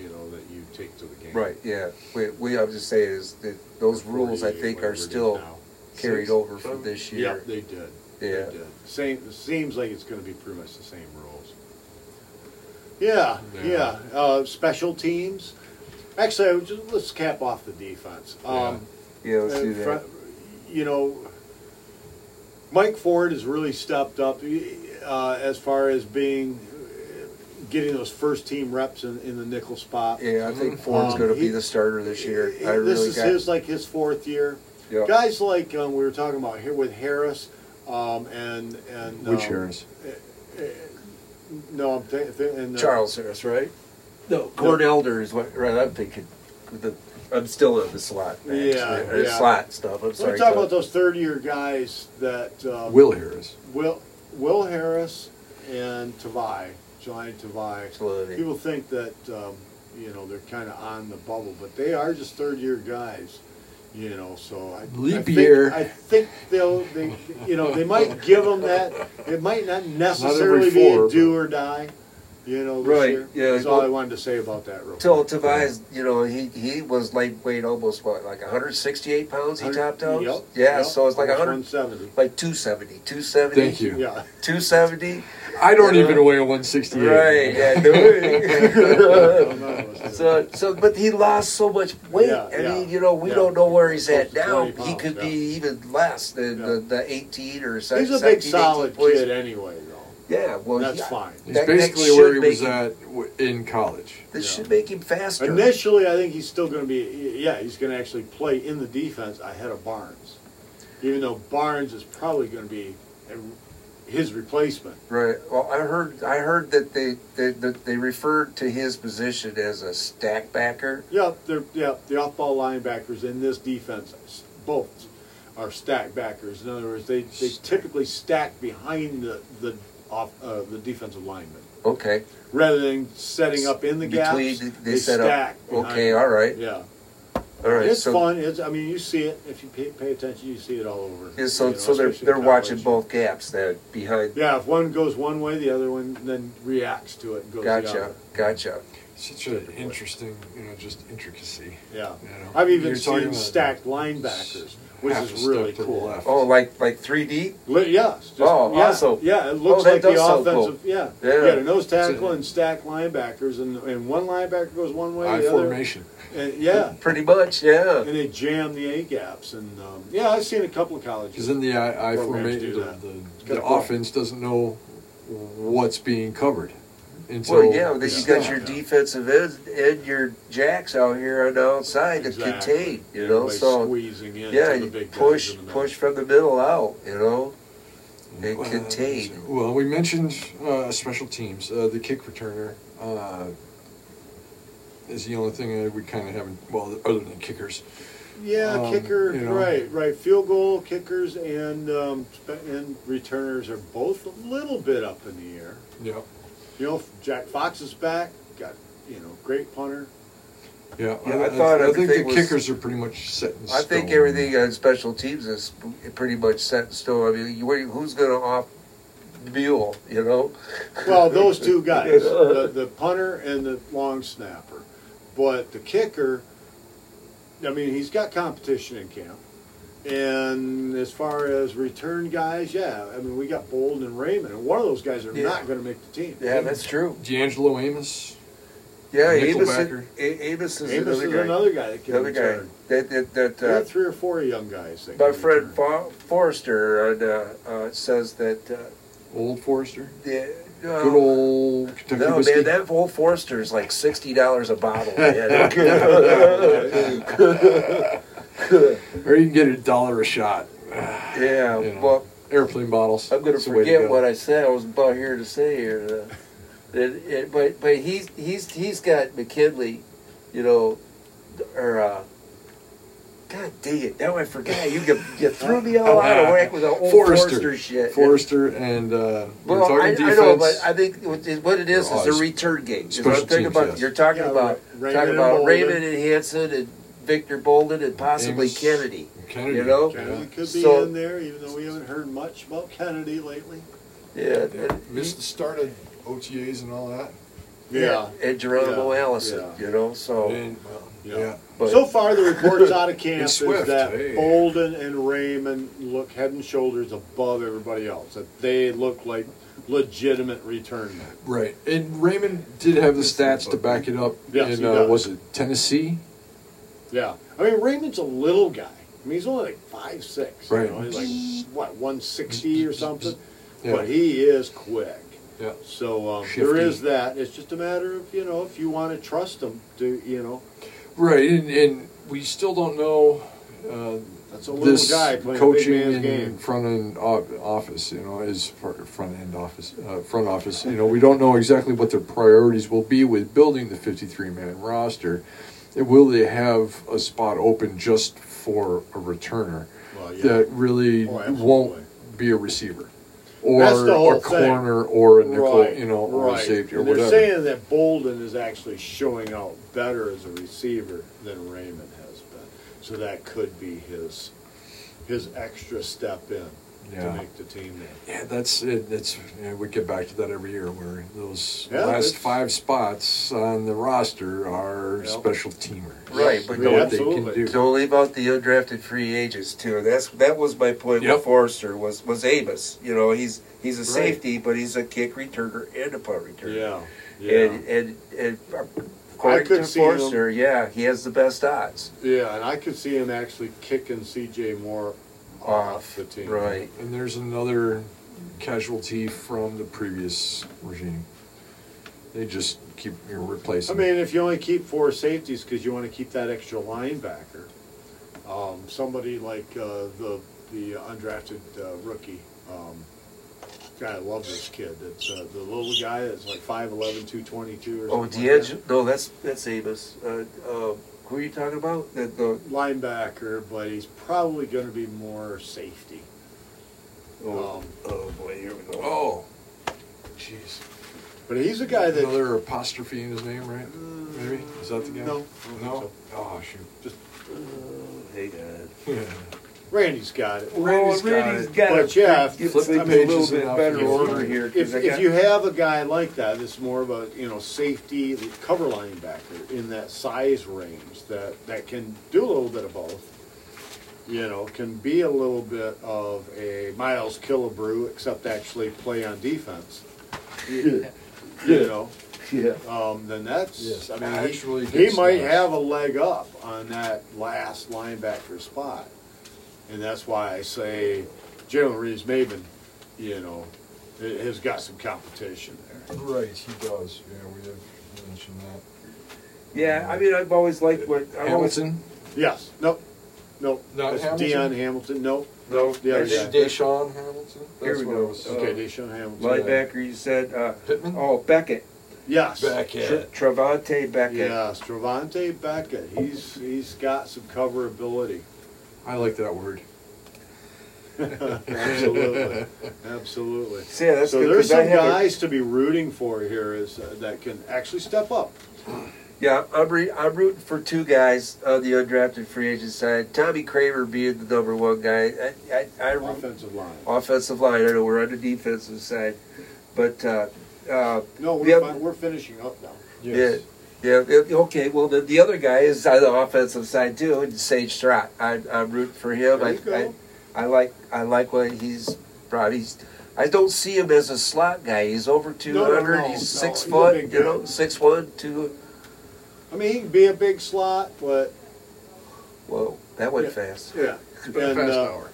Speaker 2: You know that you take to the game.
Speaker 3: Right. Yeah. We, we I'm just saying is that those rules I
Speaker 2: 48,
Speaker 3: think
Speaker 2: whatever
Speaker 3: are
Speaker 2: it is
Speaker 3: still
Speaker 2: now.
Speaker 3: carried over from this
Speaker 2: Yep,
Speaker 3: year.
Speaker 2: they did. They
Speaker 3: Yeah.
Speaker 2: did. Same. it Seems like it's going to be pretty much the same rules. Yeah, yeah.
Speaker 1: Yeah.
Speaker 2: Uh, special teams. Actually, I would just, let's cap off the defense. Um,
Speaker 3: Yeah. Let's
Speaker 2: Uh,
Speaker 3: do
Speaker 2: fr-
Speaker 3: that.
Speaker 2: You know, Mike Ford has really stepped up uh, as far as being getting those first team reps in, in the nickel spot.
Speaker 3: Yeah, I think Ford's
Speaker 2: Um,
Speaker 3: going to be
Speaker 2: he-
Speaker 3: the starter this year.
Speaker 2: It-
Speaker 3: I
Speaker 2: it- this
Speaker 3: really
Speaker 2: is
Speaker 3: got.
Speaker 2: his like his fourth year.
Speaker 3: yeah.
Speaker 2: Guys like um, we were talking about here with Harris um, and and
Speaker 1: Which
Speaker 2: um,
Speaker 1: Harris?
Speaker 2: No, I'm th- and, uh,
Speaker 3: Charles Harris, right? No, Corn Elder is what. Right. I'm thinking. The, I'm still in the slot. man.
Speaker 2: Yeah,
Speaker 3: Or
Speaker 2: yeah.
Speaker 3: Slot stuff. I'm
Speaker 2: Let me
Speaker 3: sorry.
Speaker 2: talk
Speaker 3: Tom.
Speaker 2: about those third year guys that
Speaker 3: Um,
Speaker 2: uh,
Speaker 1: Will Harris.
Speaker 2: Will Will Harris and Tavai, Johnny Tavai.
Speaker 3: Absolutely.
Speaker 2: People think that um, you know they're kind of on the bubble, but they are just third year guys. You know, so I, I
Speaker 1: Leap
Speaker 2: think,
Speaker 1: year.
Speaker 2: I think they'll they you know they might give them that. It might not necessarily be
Speaker 1: four,
Speaker 2: a
Speaker 1: but-
Speaker 2: do or die. You know, this
Speaker 3: Right,
Speaker 2: Year.
Speaker 3: yeah,
Speaker 2: That's all I
Speaker 3: well-
Speaker 2: wanted to say about that. Real
Speaker 3: Till
Speaker 2: quick.
Speaker 3: Tobias, you know, he, he was lightweight almost what, like 168 pounds he topped out?
Speaker 2: Yep,
Speaker 3: yeah,
Speaker 2: yep,
Speaker 3: so it's like 100,
Speaker 2: almost 170.
Speaker 3: like 270, 270.
Speaker 1: Thank you.
Speaker 2: Yeah.
Speaker 3: 270.
Speaker 1: I don't
Speaker 3: Yeah.
Speaker 1: even weigh a 168. <laughs>
Speaker 3: Right,
Speaker 2: <laughs>
Speaker 3: yeah, dude.
Speaker 2: so,
Speaker 3: <laughs> so, so, but he lost so much weight.
Speaker 2: Yeah,
Speaker 3: I mean,
Speaker 2: yeah.
Speaker 3: you know, we
Speaker 2: Yeah.
Speaker 3: don't know where he's
Speaker 2: Close
Speaker 3: at
Speaker 2: to
Speaker 3: now.
Speaker 2: 20
Speaker 3: he
Speaker 2: pounds,
Speaker 3: could
Speaker 2: yeah.
Speaker 3: be even less than
Speaker 2: Yeah.
Speaker 3: the, the 18 or something.
Speaker 2: he's a big solid kid anyway, though.
Speaker 3: Yeah, well,
Speaker 2: That's
Speaker 3: yeah,
Speaker 2: fine.
Speaker 1: He's
Speaker 3: That- that
Speaker 1: basically
Speaker 3: should
Speaker 1: where he
Speaker 3: make
Speaker 1: was
Speaker 3: him-
Speaker 1: at w- in college.
Speaker 3: This
Speaker 2: Yeah.
Speaker 3: should make him faster.
Speaker 2: Initially, I think he's still going to be, yeah, he's going to actually play in the defense ahead of Barnes. Even though Barnes is probably going to be a- his replacement.
Speaker 3: Right. Well, I heard I heard that they they, that they referred to his position as a stack backer.
Speaker 2: Yeah, they're, yeah, the off ball linebackers in this defense, s- both are stack backers. In other words, they, they typically stack behind the, the, off, uh, the defensive lineman.
Speaker 3: Okay.
Speaker 2: Rather than setting up in the gaps,
Speaker 3: Between the-
Speaker 2: they,
Speaker 3: they set up.
Speaker 2: stack. behind
Speaker 3: Okay,
Speaker 2: them.
Speaker 3: all right.
Speaker 2: Yeah.
Speaker 3: All right.
Speaker 2: It's
Speaker 3: so
Speaker 2: fun. It's, I mean, you see it if you pay, pay attention. You see it all over.
Speaker 3: yeah, so
Speaker 2: you know,
Speaker 3: so they're
Speaker 2: especially
Speaker 3: they're
Speaker 2: in
Speaker 3: watching
Speaker 2: college.
Speaker 3: both gaps then behind.
Speaker 2: Yeah, if one goes one way, the other one then reacts to it and goes the
Speaker 3: Gotcha.
Speaker 2: other.
Speaker 3: Gotcha.
Speaker 1: Such an interesting, you know, just intricacy.
Speaker 2: Yeah,
Speaker 1: You know?
Speaker 2: I've even
Speaker 1: You're talking
Speaker 2: seen
Speaker 1: about
Speaker 2: stacked linebackers, which
Speaker 1: half a
Speaker 2: is really
Speaker 1: step to the
Speaker 2: cool.
Speaker 1: left.
Speaker 3: Oh, like like three D.
Speaker 2: Li- yes. Just,
Speaker 3: Oh,
Speaker 2: yeah,
Speaker 3: awesome.
Speaker 2: Yeah, it looks
Speaker 3: Oh, that
Speaker 2: like the
Speaker 3: does sound cool.
Speaker 2: offensive. Yeah,
Speaker 3: Yeah.
Speaker 2: You got a nose
Speaker 1: So-
Speaker 2: tackle and stacked linebackers, and and one linebacker goes one way,
Speaker 1: Eye
Speaker 2: the other,
Speaker 1: formation.
Speaker 2: and, yeah,
Speaker 3: Pretty much. Yeah.
Speaker 2: and they jam the A gaps, and um, yeah, I've seen a couple of colleges.
Speaker 1: Because in the eye, eye
Speaker 2: Programs
Speaker 1: formation,
Speaker 2: do
Speaker 1: the,
Speaker 2: that.
Speaker 1: the,
Speaker 2: kinda
Speaker 1: the
Speaker 2: cool.
Speaker 1: offense doesn't know what's being covered. Until
Speaker 3: Well, yeah. Then you got
Speaker 1: Yeah.
Speaker 3: your defensive ends and your jacks out here on the outside to
Speaker 2: Exactly.
Speaker 3: contain. You know.
Speaker 2: Everybody
Speaker 3: so
Speaker 2: squeezing in
Speaker 3: yeah,
Speaker 2: to the
Speaker 3: you
Speaker 2: big guys
Speaker 3: push
Speaker 2: in the middle.
Speaker 3: push from the middle out. You know. They
Speaker 1: Well,
Speaker 3: contain.
Speaker 1: Well, we mentioned uh, special teams. Uh, the kick returner uh, is the only thing that we kind of haven't. Well, other than kickers,
Speaker 2: Yeah,
Speaker 1: Um,
Speaker 2: kicker,
Speaker 1: you know.
Speaker 2: right, right. Field goal kickers and um, spe- and returners are both a little bit up in the air.
Speaker 1: yeah,
Speaker 2: You know, Jack Fox is back. Got you know, great punter.
Speaker 1: yeah.
Speaker 3: Yeah, I thought
Speaker 1: I think the
Speaker 3: everything was-
Speaker 1: kickers are pretty much set in
Speaker 3: I think
Speaker 1: stone.
Speaker 3: everything on special teams is pretty much set in stone. I mean, you, where- who's going to off Mule? You know, <laughs>
Speaker 2: Well, those two guys, the, the punter and the long snapper, but the kicker. I mean, he's got competition in camp, and as far as return guys, yeah, I mean, we got Bolden and Raymond, and one of those guys are
Speaker 3: Yeah.
Speaker 2: not going to make the team.
Speaker 3: yeah, that's true.
Speaker 1: D'Angelo Amos.
Speaker 3: Yeah, Amos,
Speaker 1: Nickelbacker.
Speaker 3: A- Amos is
Speaker 2: Amos
Speaker 3: another
Speaker 2: is
Speaker 3: guy.
Speaker 2: another guy that can
Speaker 3: Another guy.
Speaker 2: return.
Speaker 3: That that, that
Speaker 2: There are
Speaker 3: uh,
Speaker 2: three or four young guys. That
Speaker 3: my
Speaker 2: can
Speaker 3: friend
Speaker 2: return.
Speaker 3: For- Forrester uh, uh, says that uh,
Speaker 1: Old Forrester.
Speaker 3: the. uh,
Speaker 1: Good old Kentucky
Speaker 3: no
Speaker 1: whiskey.
Speaker 3: man, that whole Forrester is like sixty dollars a bottle.
Speaker 1: <laughs>
Speaker 3: Man. <laughs>
Speaker 1: or you can get a dollar a shot.
Speaker 3: yeah,
Speaker 1: You know.
Speaker 3: well,
Speaker 1: Airplane bottles.
Speaker 3: I'm gonna
Speaker 1: It's the way
Speaker 3: forget
Speaker 1: go.
Speaker 3: what I said. I was about here to say here. Uh, that it, but but he's he's he's got McKinley, you know, or uh, God dang it! Now I forgot. You get, you threw me all out of whack with the old
Speaker 1: Ah,
Speaker 3: Forrester,
Speaker 1: Forrester.
Speaker 3: shit.
Speaker 1: Forrester and uh, we were
Speaker 3: Well, I, I
Speaker 1: talking
Speaker 3: know, but
Speaker 1: defense.
Speaker 3: I think what it- what it is
Speaker 1: Oh,
Speaker 3: is a
Speaker 1: it's
Speaker 3: return game. Is
Speaker 1: special
Speaker 3: what I'm thinking
Speaker 1: teams,
Speaker 3: about.
Speaker 1: yes.
Speaker 3: You're talking
Speaker 2: Yeah,
Speaker 3: about
Speaker 2: Ra-
Speaker 3: talking
Speaker 2: Raymond
Speaker 3: about
Speaker 2: and Bolden.
Speaker 3: Raymond and Hanson and Victor Bolden and possibly
Speaker 1: Amos.
Speaker 3: Kennedy.
Speaker 1: Kennedy,
Speaker 3: you know?
Speaker 2: Kennedy
Speaker 1: yeah.
Speaker 2: could be
Speaker 3: So-
Speaker 2: in there, even though we haven't heard much about Kennedy lately.
Speaker 3: Yeah,
Speaker 1: Yeah,
Speaker 3: and-
Speaker 1: missed the start of OTAs and all that.
Speaker 3: and Geronimo
Speaker 2: Yeah,
Speaker 3: Allison.
Speaker 2: yeah.
Speaker 3: You know, so
Speaker 1: And, well,
Speaker 2: Yeah.
Speaker 1: yeah.
Speaker 3: but-
Speaker 2: So far, the reports
Speaker 1: <laughs>
Speaker 2: out of camp is
Speaker 1: Swift,
Speaker 2: that
Speaker 1: hey.
Speaker 2: Bolden and Raymond look head and shoulders above everybody else. That they look like legitimate return men.
Speaker 1: Right. And Raymond did have the stats to back it up
Speaker 2: Yes,
Speaker 1: in,
Speaker 2: he
Speaker 1: uh,
Speaker 2: does.
Speaker 1: was it Tennessee?
Speaker 2: Yeah, I mean Raymond's a little guy. I mean he's only like five six.
Speaker 1: Right.
Speaker 2: You know? He's like what one sixty or something.
Speaker 1: Yeah.
Speaker 2: But he is quick.
Speaker 1: Yeah.
Speaker 2: So um, there is
Speaker 1: Shifty.
Speaker 2: that. It's just a matter of you know if you want to trust him to you know
Speaker 1: Right. And, and we still don't know uh,
Speaker 2: that's a little
Speaker 1: this
Speaker 2: guy playing a big
Speaker 1: coaching
Speaker 2: man's
Speaker 1: in
Speaker 2: game.
Speaker 1: front end of- office, you know, is front end office, uh, front office. You know, we don't know exactly what their priorities will be with building the 53 man roster. And will they have a spot open just for a returner
Speaker 2: Well, yeah.
Speaker 1: that really
Speaker 2: Oh, absolutely.
Speaker 1: won't be a receiver? Or
Speaker 2: That's the whole
Speaker 1: a
Speaker 2: thing.
Speaker 1: corner or a nickel,
Speaker 2: right,
Speaker 1: you know,
Speaker 2: right.
Speaker 1: or a safety or
Speaker 2: and
Speaker 1: whatever.
Speaker 2: They're saying that Bolden is actually showing out better as a receiver than Raymond has been, so that could be his his extra step in
Speaker 1: Yeah.
Speaker 2: to make the team there.
Speaker 1: Yeah, that's it. It's yeah, we get back to that every year where those
Speaker 2: Yeah,
Speaker 1: last
Speaker 2: it's-
Speaker 1: five spots on the roster are
Speaker 2: Yeah.
Speaker 1: special teamers.
Speaker 3: Right, but
Speaker 1: You
Speaker 2: Yeah,
Speaker 1: know what they can
Speaker 2: absolutely.
Speaker 1: do.
Speaker 3: Don't leave out the undrafted free agents too. That's that was my point
Speaker 1: Yep.
Speaker 3: with Forrester was was Amos. You know, he's he's a
Speaker 2: Right.
Speaker 3: safety, but he's a kick returner and a punt returner.
Speaker 2: Yeah, yeah,
Speaker 3: And and and according
Speaker 2: could
Speaker 3: to
Speaker 2: see him-
Speaker 3: Forrester, yeah, he has the best odds.
Speaker 2: yeah. And I could see him actually kicking C.J. Moore off, the team.
Speaker 3: Right.
Speaker 1: And there's another casualty from the previous regime. They just keep you know,
Speaker 2: I
Speaker 1: replacing.
Speaker 2: mean, if you only keep four safeties because you want to keep that extra linebacker, um, somebody like uh, the the undrafted uh, rookie. Um, God, I love this kid. That's uh, the little guy that's like 5'11", 222 or
Speaker 3: Oh,
Speaker 2: something. like
Speaker 3: D'Angelo? No, that's that's Amos. Uh, uh, who are you talking about? The, the,
Speaker 2: that. Linebacker, but he's probably going to be more safety.
Speaker 3: oh,
Speaker 2: Um,
Speaker 3: oh boy, here we go.
Speaker 1: oh, jeez.
Speaker 2: But he's a guy that
Speaker 1: Another apostrophe in his name, right? Maybe is that the guy?
Speaker 2: No.
Speaker 1: no. Oh shoot. <laughs>
Speaker 3: Uh, Hey, God.
Speaker 2: Randy's got it.
Speaker 3: Oh, Randy's Randy's got got
Speaker 2: it. But yeah,
Speaker 3: Give
Speaker 1: flip the
Speaker 3: things a
Speaker 1: pages
Speaker 3: little bit
Speaker 1: enough.
Speaker 3: better
Speaker 1: If you-
Speaker 3: order here. 'cause
Speaker 2: If,
Speaker 3: I
Speaker 2: if
Speaker 3: got-
Speaker 2: you have a guy like that, that's more of a you know safety cover linebacker in that size range that that can do a little bit of both. You know, can be a little bit of a Miles Killebrew, except actually play on defense.
Speaker 3: <laughs>
Speaker 2: You, <laughs> you know,
Speaker 3: yeah.
Speaker 2: um, then that's
Speaker 1: Yes,
Speaker 2: I mean
Speaker 1: actually
Speaker 2: he,
Speaker 1: good
Speaker 2: he might
Speaker 1: snaps.
Speaker 2: have a leg up on that last linebacker spot, and that's why I say Jalen Reeves Maven, you know, ha- has got some competition there.
Speaker 1: Right, he does. Yeah, we have mentioned that.
Speaker 3: Yeah, I mean, I've always liked what. I've always,
Speaker 1: Hamilton.
Speaker 2: Yes, no, no,
Speaker 1: Not
Speaker 2: that's
Speaker 1: Hamilton?
Speaker 2: Deion Hamilton. No,
Speaker 3: no,
Speaker 2: Yeah,
Speaker 3: there's-
Speaker 2: yeah.
Speaker 1: Deshaun Hamilton.
Speaker 3: Here
Speaker 1: That's
Speaker 3: we
Speaker 1: what
Speaker 3: go.
Speaker 1: I was.
Speaker 2: okay, Deshaun Hamilton.
Speaker 3: linebacker, you said. Uh,
Speaker 1: Pittman.
Speaker 3: oh, Beckett.
Speaker 2: Yes,
Speaker 3: Tra-
Speaker 1: Beckett.
Speaker 3: Travante Beckett.
Speaker 2: yes, Travante Beckett. He's he's got some coverability.
Speaker 1: I like that word.
Speaker 2: <laughs> Absolutely, absolutely.
Speaker 3: See, yeah, that's
Speaker 2: so
Speaker 3: good.
Speaker 2: there's
Speaker 3: 'cause I
Speaker 2: some
Speaker 3: have a-
Speaker 2: guys to be rooting for here is uh, that can actually step up.
Speaker 3: Yeah, I'm, re- I'm rooting for two guys on the undrafted free agent side. Tommy Kramer being the number one guy. I, I, I root-
Speaker 2: Offensive line.
Speaker 3: offensive line. I know we're on the defensive side, but uh, uh,
Speaker 2: No, we're,
Speaker 3: Yep.
Speaker 2: fin- we're finishing up now.
Speaker 1: Yes.
Speaker 3: yeah, it- okay. Well, the, the other guy is on the offensive side too, and Sage Stroud. I, I'm rooting for him.
Speaker 2: There
Speaker 3: I,
Speaker 2: you go.
Speaker 3: I, I like I like what he's brought. He's I don't see him as a slot guy. He's over two hundred.
Speaker 2: no,
Speaker 3: he's
Speaker 2: no,
Speaker 3: six
Speaker 2: he's a
Speaker 3: foot.
Speaker 2: big
Speaker 3: You
Speaker 2: guy.
Speaker 3: know, six one, two.
Speaker 2: I mean, he can be a big slot, but
Speaker 3: Whoa, that went
Speaker 2: Yeah.
Speaker 3: fast.
Speaker 2: yeah, and
Speaker 1: Fast
Speaker 2: uh,
Speaker 1: hour.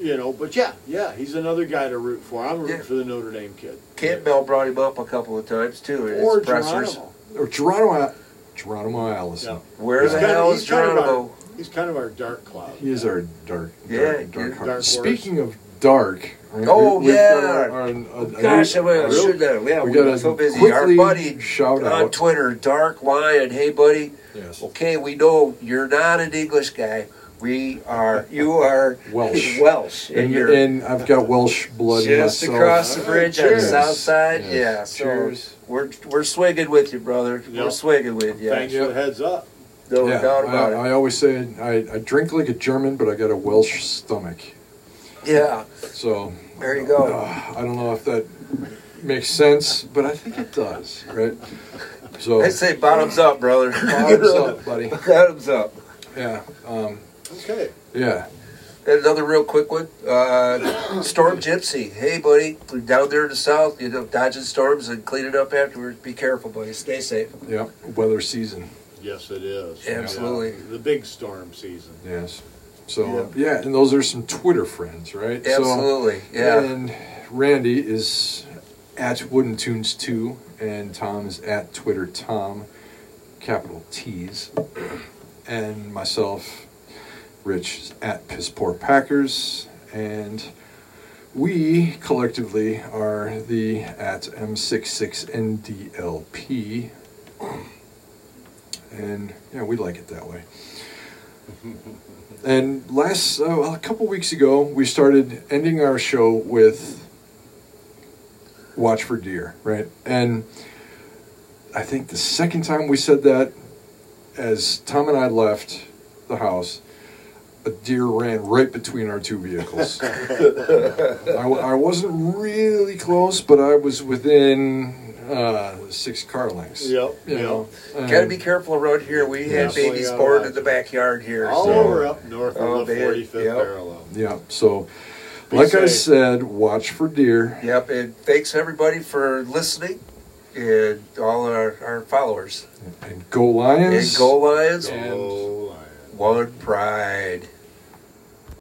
Speaker 2: you know, but yeah, yeah, he's another guy to root for. I'm rooting
Speaker 3: Yeah.
Speaker 2: for the Notre Dame kid
Speaker 3: Campbell brought him up a couple of times too. in his
Speaker 2: or
Speaker 3: pressers.
Speaker 2: Geronimo.
Speaker 1: Or Geronimo. Geronimo Allison.
Speaker 3: Where
Speaker 2: He's
Speaker 3: the
Speaker 2: kind of-
Speaker 3: hell is
Speaker 2: he's kind of our-
Speaker 3: Geronimo?
Speaker 2: He's kind of our dark cloud.
Speaker 1: He is our dark,
Speaker 3: Yeah,
Speaker 1: dark,
Speaker 3: you're
Speaker 1: dark, heart.
Speaker 2: dark
Speaker 1: Speaking of dark, right,
Speaker 3: Oh,
Speaker 1: we- we've got
Speaker 3: yeah.
Speaker 1: our- our- a- a
Speaker 3: Gosh, I
Speaker 1: new-
Speaker 3: mean, I
Speaker 1: a
Speaker 3: should have. Yeah,
Speaker 1: we
Speaker 3: we
Speaker 1: gotta
Speaker 3: got so busy. Our
Speaker 1: quickly
Speaker 3: buddy
Speaker 1: shout
Speaker 3: on
Speaker 1: out.
Speaker 3: Twitter, Dark Lion. Hey, buddy.
Speaker 1: Yes.
Speaker 3: Okay, we know you're not an English guy. We
Speaker 1: <laughs>
Speaker 3: are. You are
Speaker 1: Welsh.
Speaker 3: <laughs> Welsh, and,
Speaker 1: And,
Speaker 3: you're
Speaker 1: and I've got Welsh blood in
Speaker 3: just
Speaker 1: myself.
Speaker 3: across the bridge on the
Speaker 1: Cheers.
Speaker 3: south side.
Speaker 1: Yes.
Speaker 3: Yeah. So
Speaker 1: Cheers.
Speaker 3: we're we're swinging with you, brother. We're
Speaker 2: Yep.
Speaker 3: swinging with you.
Speaker 2: Thanks for the heads up.
Speaker 3: No
Speaker 1: Yeah,
Speaker 3: doubt about
Speaker 1: I,
Speaker 3: it.
Speaker 1: I always say I, I drink like a German, but I got a Welsh stomach.
Speaker 3: yeah.
Speaker 1: So
Speaker 3: There you go.
Speaker 1: uh, I don't know if that makes sense, but I think it does, right? So
Speaker 3: I say bottoms
Speaker 1: <laughs>
Speaker 3: up, brother. <laughs>
Speaker 1: bottoms up, buddy.
Speaker 3: bottoms up.
Speaker 1: Yeah, um,
Speaker 2: Okay.
Speaker 1: yeah.
Speaker 3: And another real quick one. Uh, Storm Gypsy. Hey, buddy, we're down there in the south, you know, dodging storms and cleaning up afterwards. Be careful, buddy. Stay safe.
Speaker 1: Yeah, weather season.
Speaker 2: Yes, it is.
Speaker 3: Absolutely.
Speaker 2: Yeah. The big storm season.
Speaker 1: Yes. So yeah. and those are some Twitter friends, right?
Speaker 3: Absolutely.
Speaker 1: So,
Speaker 3: Yeah.
Speaker 1: And Randy is at Wooden Tunes two, and Tom is at Twitter Tom, capital T's, and myself, Rich is at Piss Poor Packers, and we collectively are the at M66NDLP, and yeah, we like it that way. And last, uh, well, a couple weeks ago, we started ending our show with Watch for Deer, right? And I think the second time we said that, as Tom and I left the house, a deer ran right between our two
Speaker 2: <laughs>
Speaker 1: vehicles.
Speaker 3: <laughs>
Speaker 1: I, w- I wasn't really close, but I was within uh, six car lengths.
Speaker 2: Yep.
Speaker 1: You know, and- Oh,
Speaker 3: Gotta be careful around here. We had
Speaker 2: Yeah.
Speaker 3: babies born in the backyard here.
Speaker 2: All
Speaker 3: so-
Speaker 2: over up north
Speaker 3: Oh,
Speaker 2: of the
Speaker 3: man.
Speaker 2: 45th
Speaker 3: Yep.
Speaker 2: parallel.
Speaker 1: Yeah. So,
Speaker 2: Be
Speaker 1: like I
Speaker 2: safe.
Speaker 1: said, watch for deer.
Speaker 3: Yep, and thanks everybody for listening and all our, our followers.
Speaker 1: And go Lions.
Speaker 3: And go Lions,
Speaker 1: Yeah.
Speaker 2: Go Lions.
Speaker 3: one pride.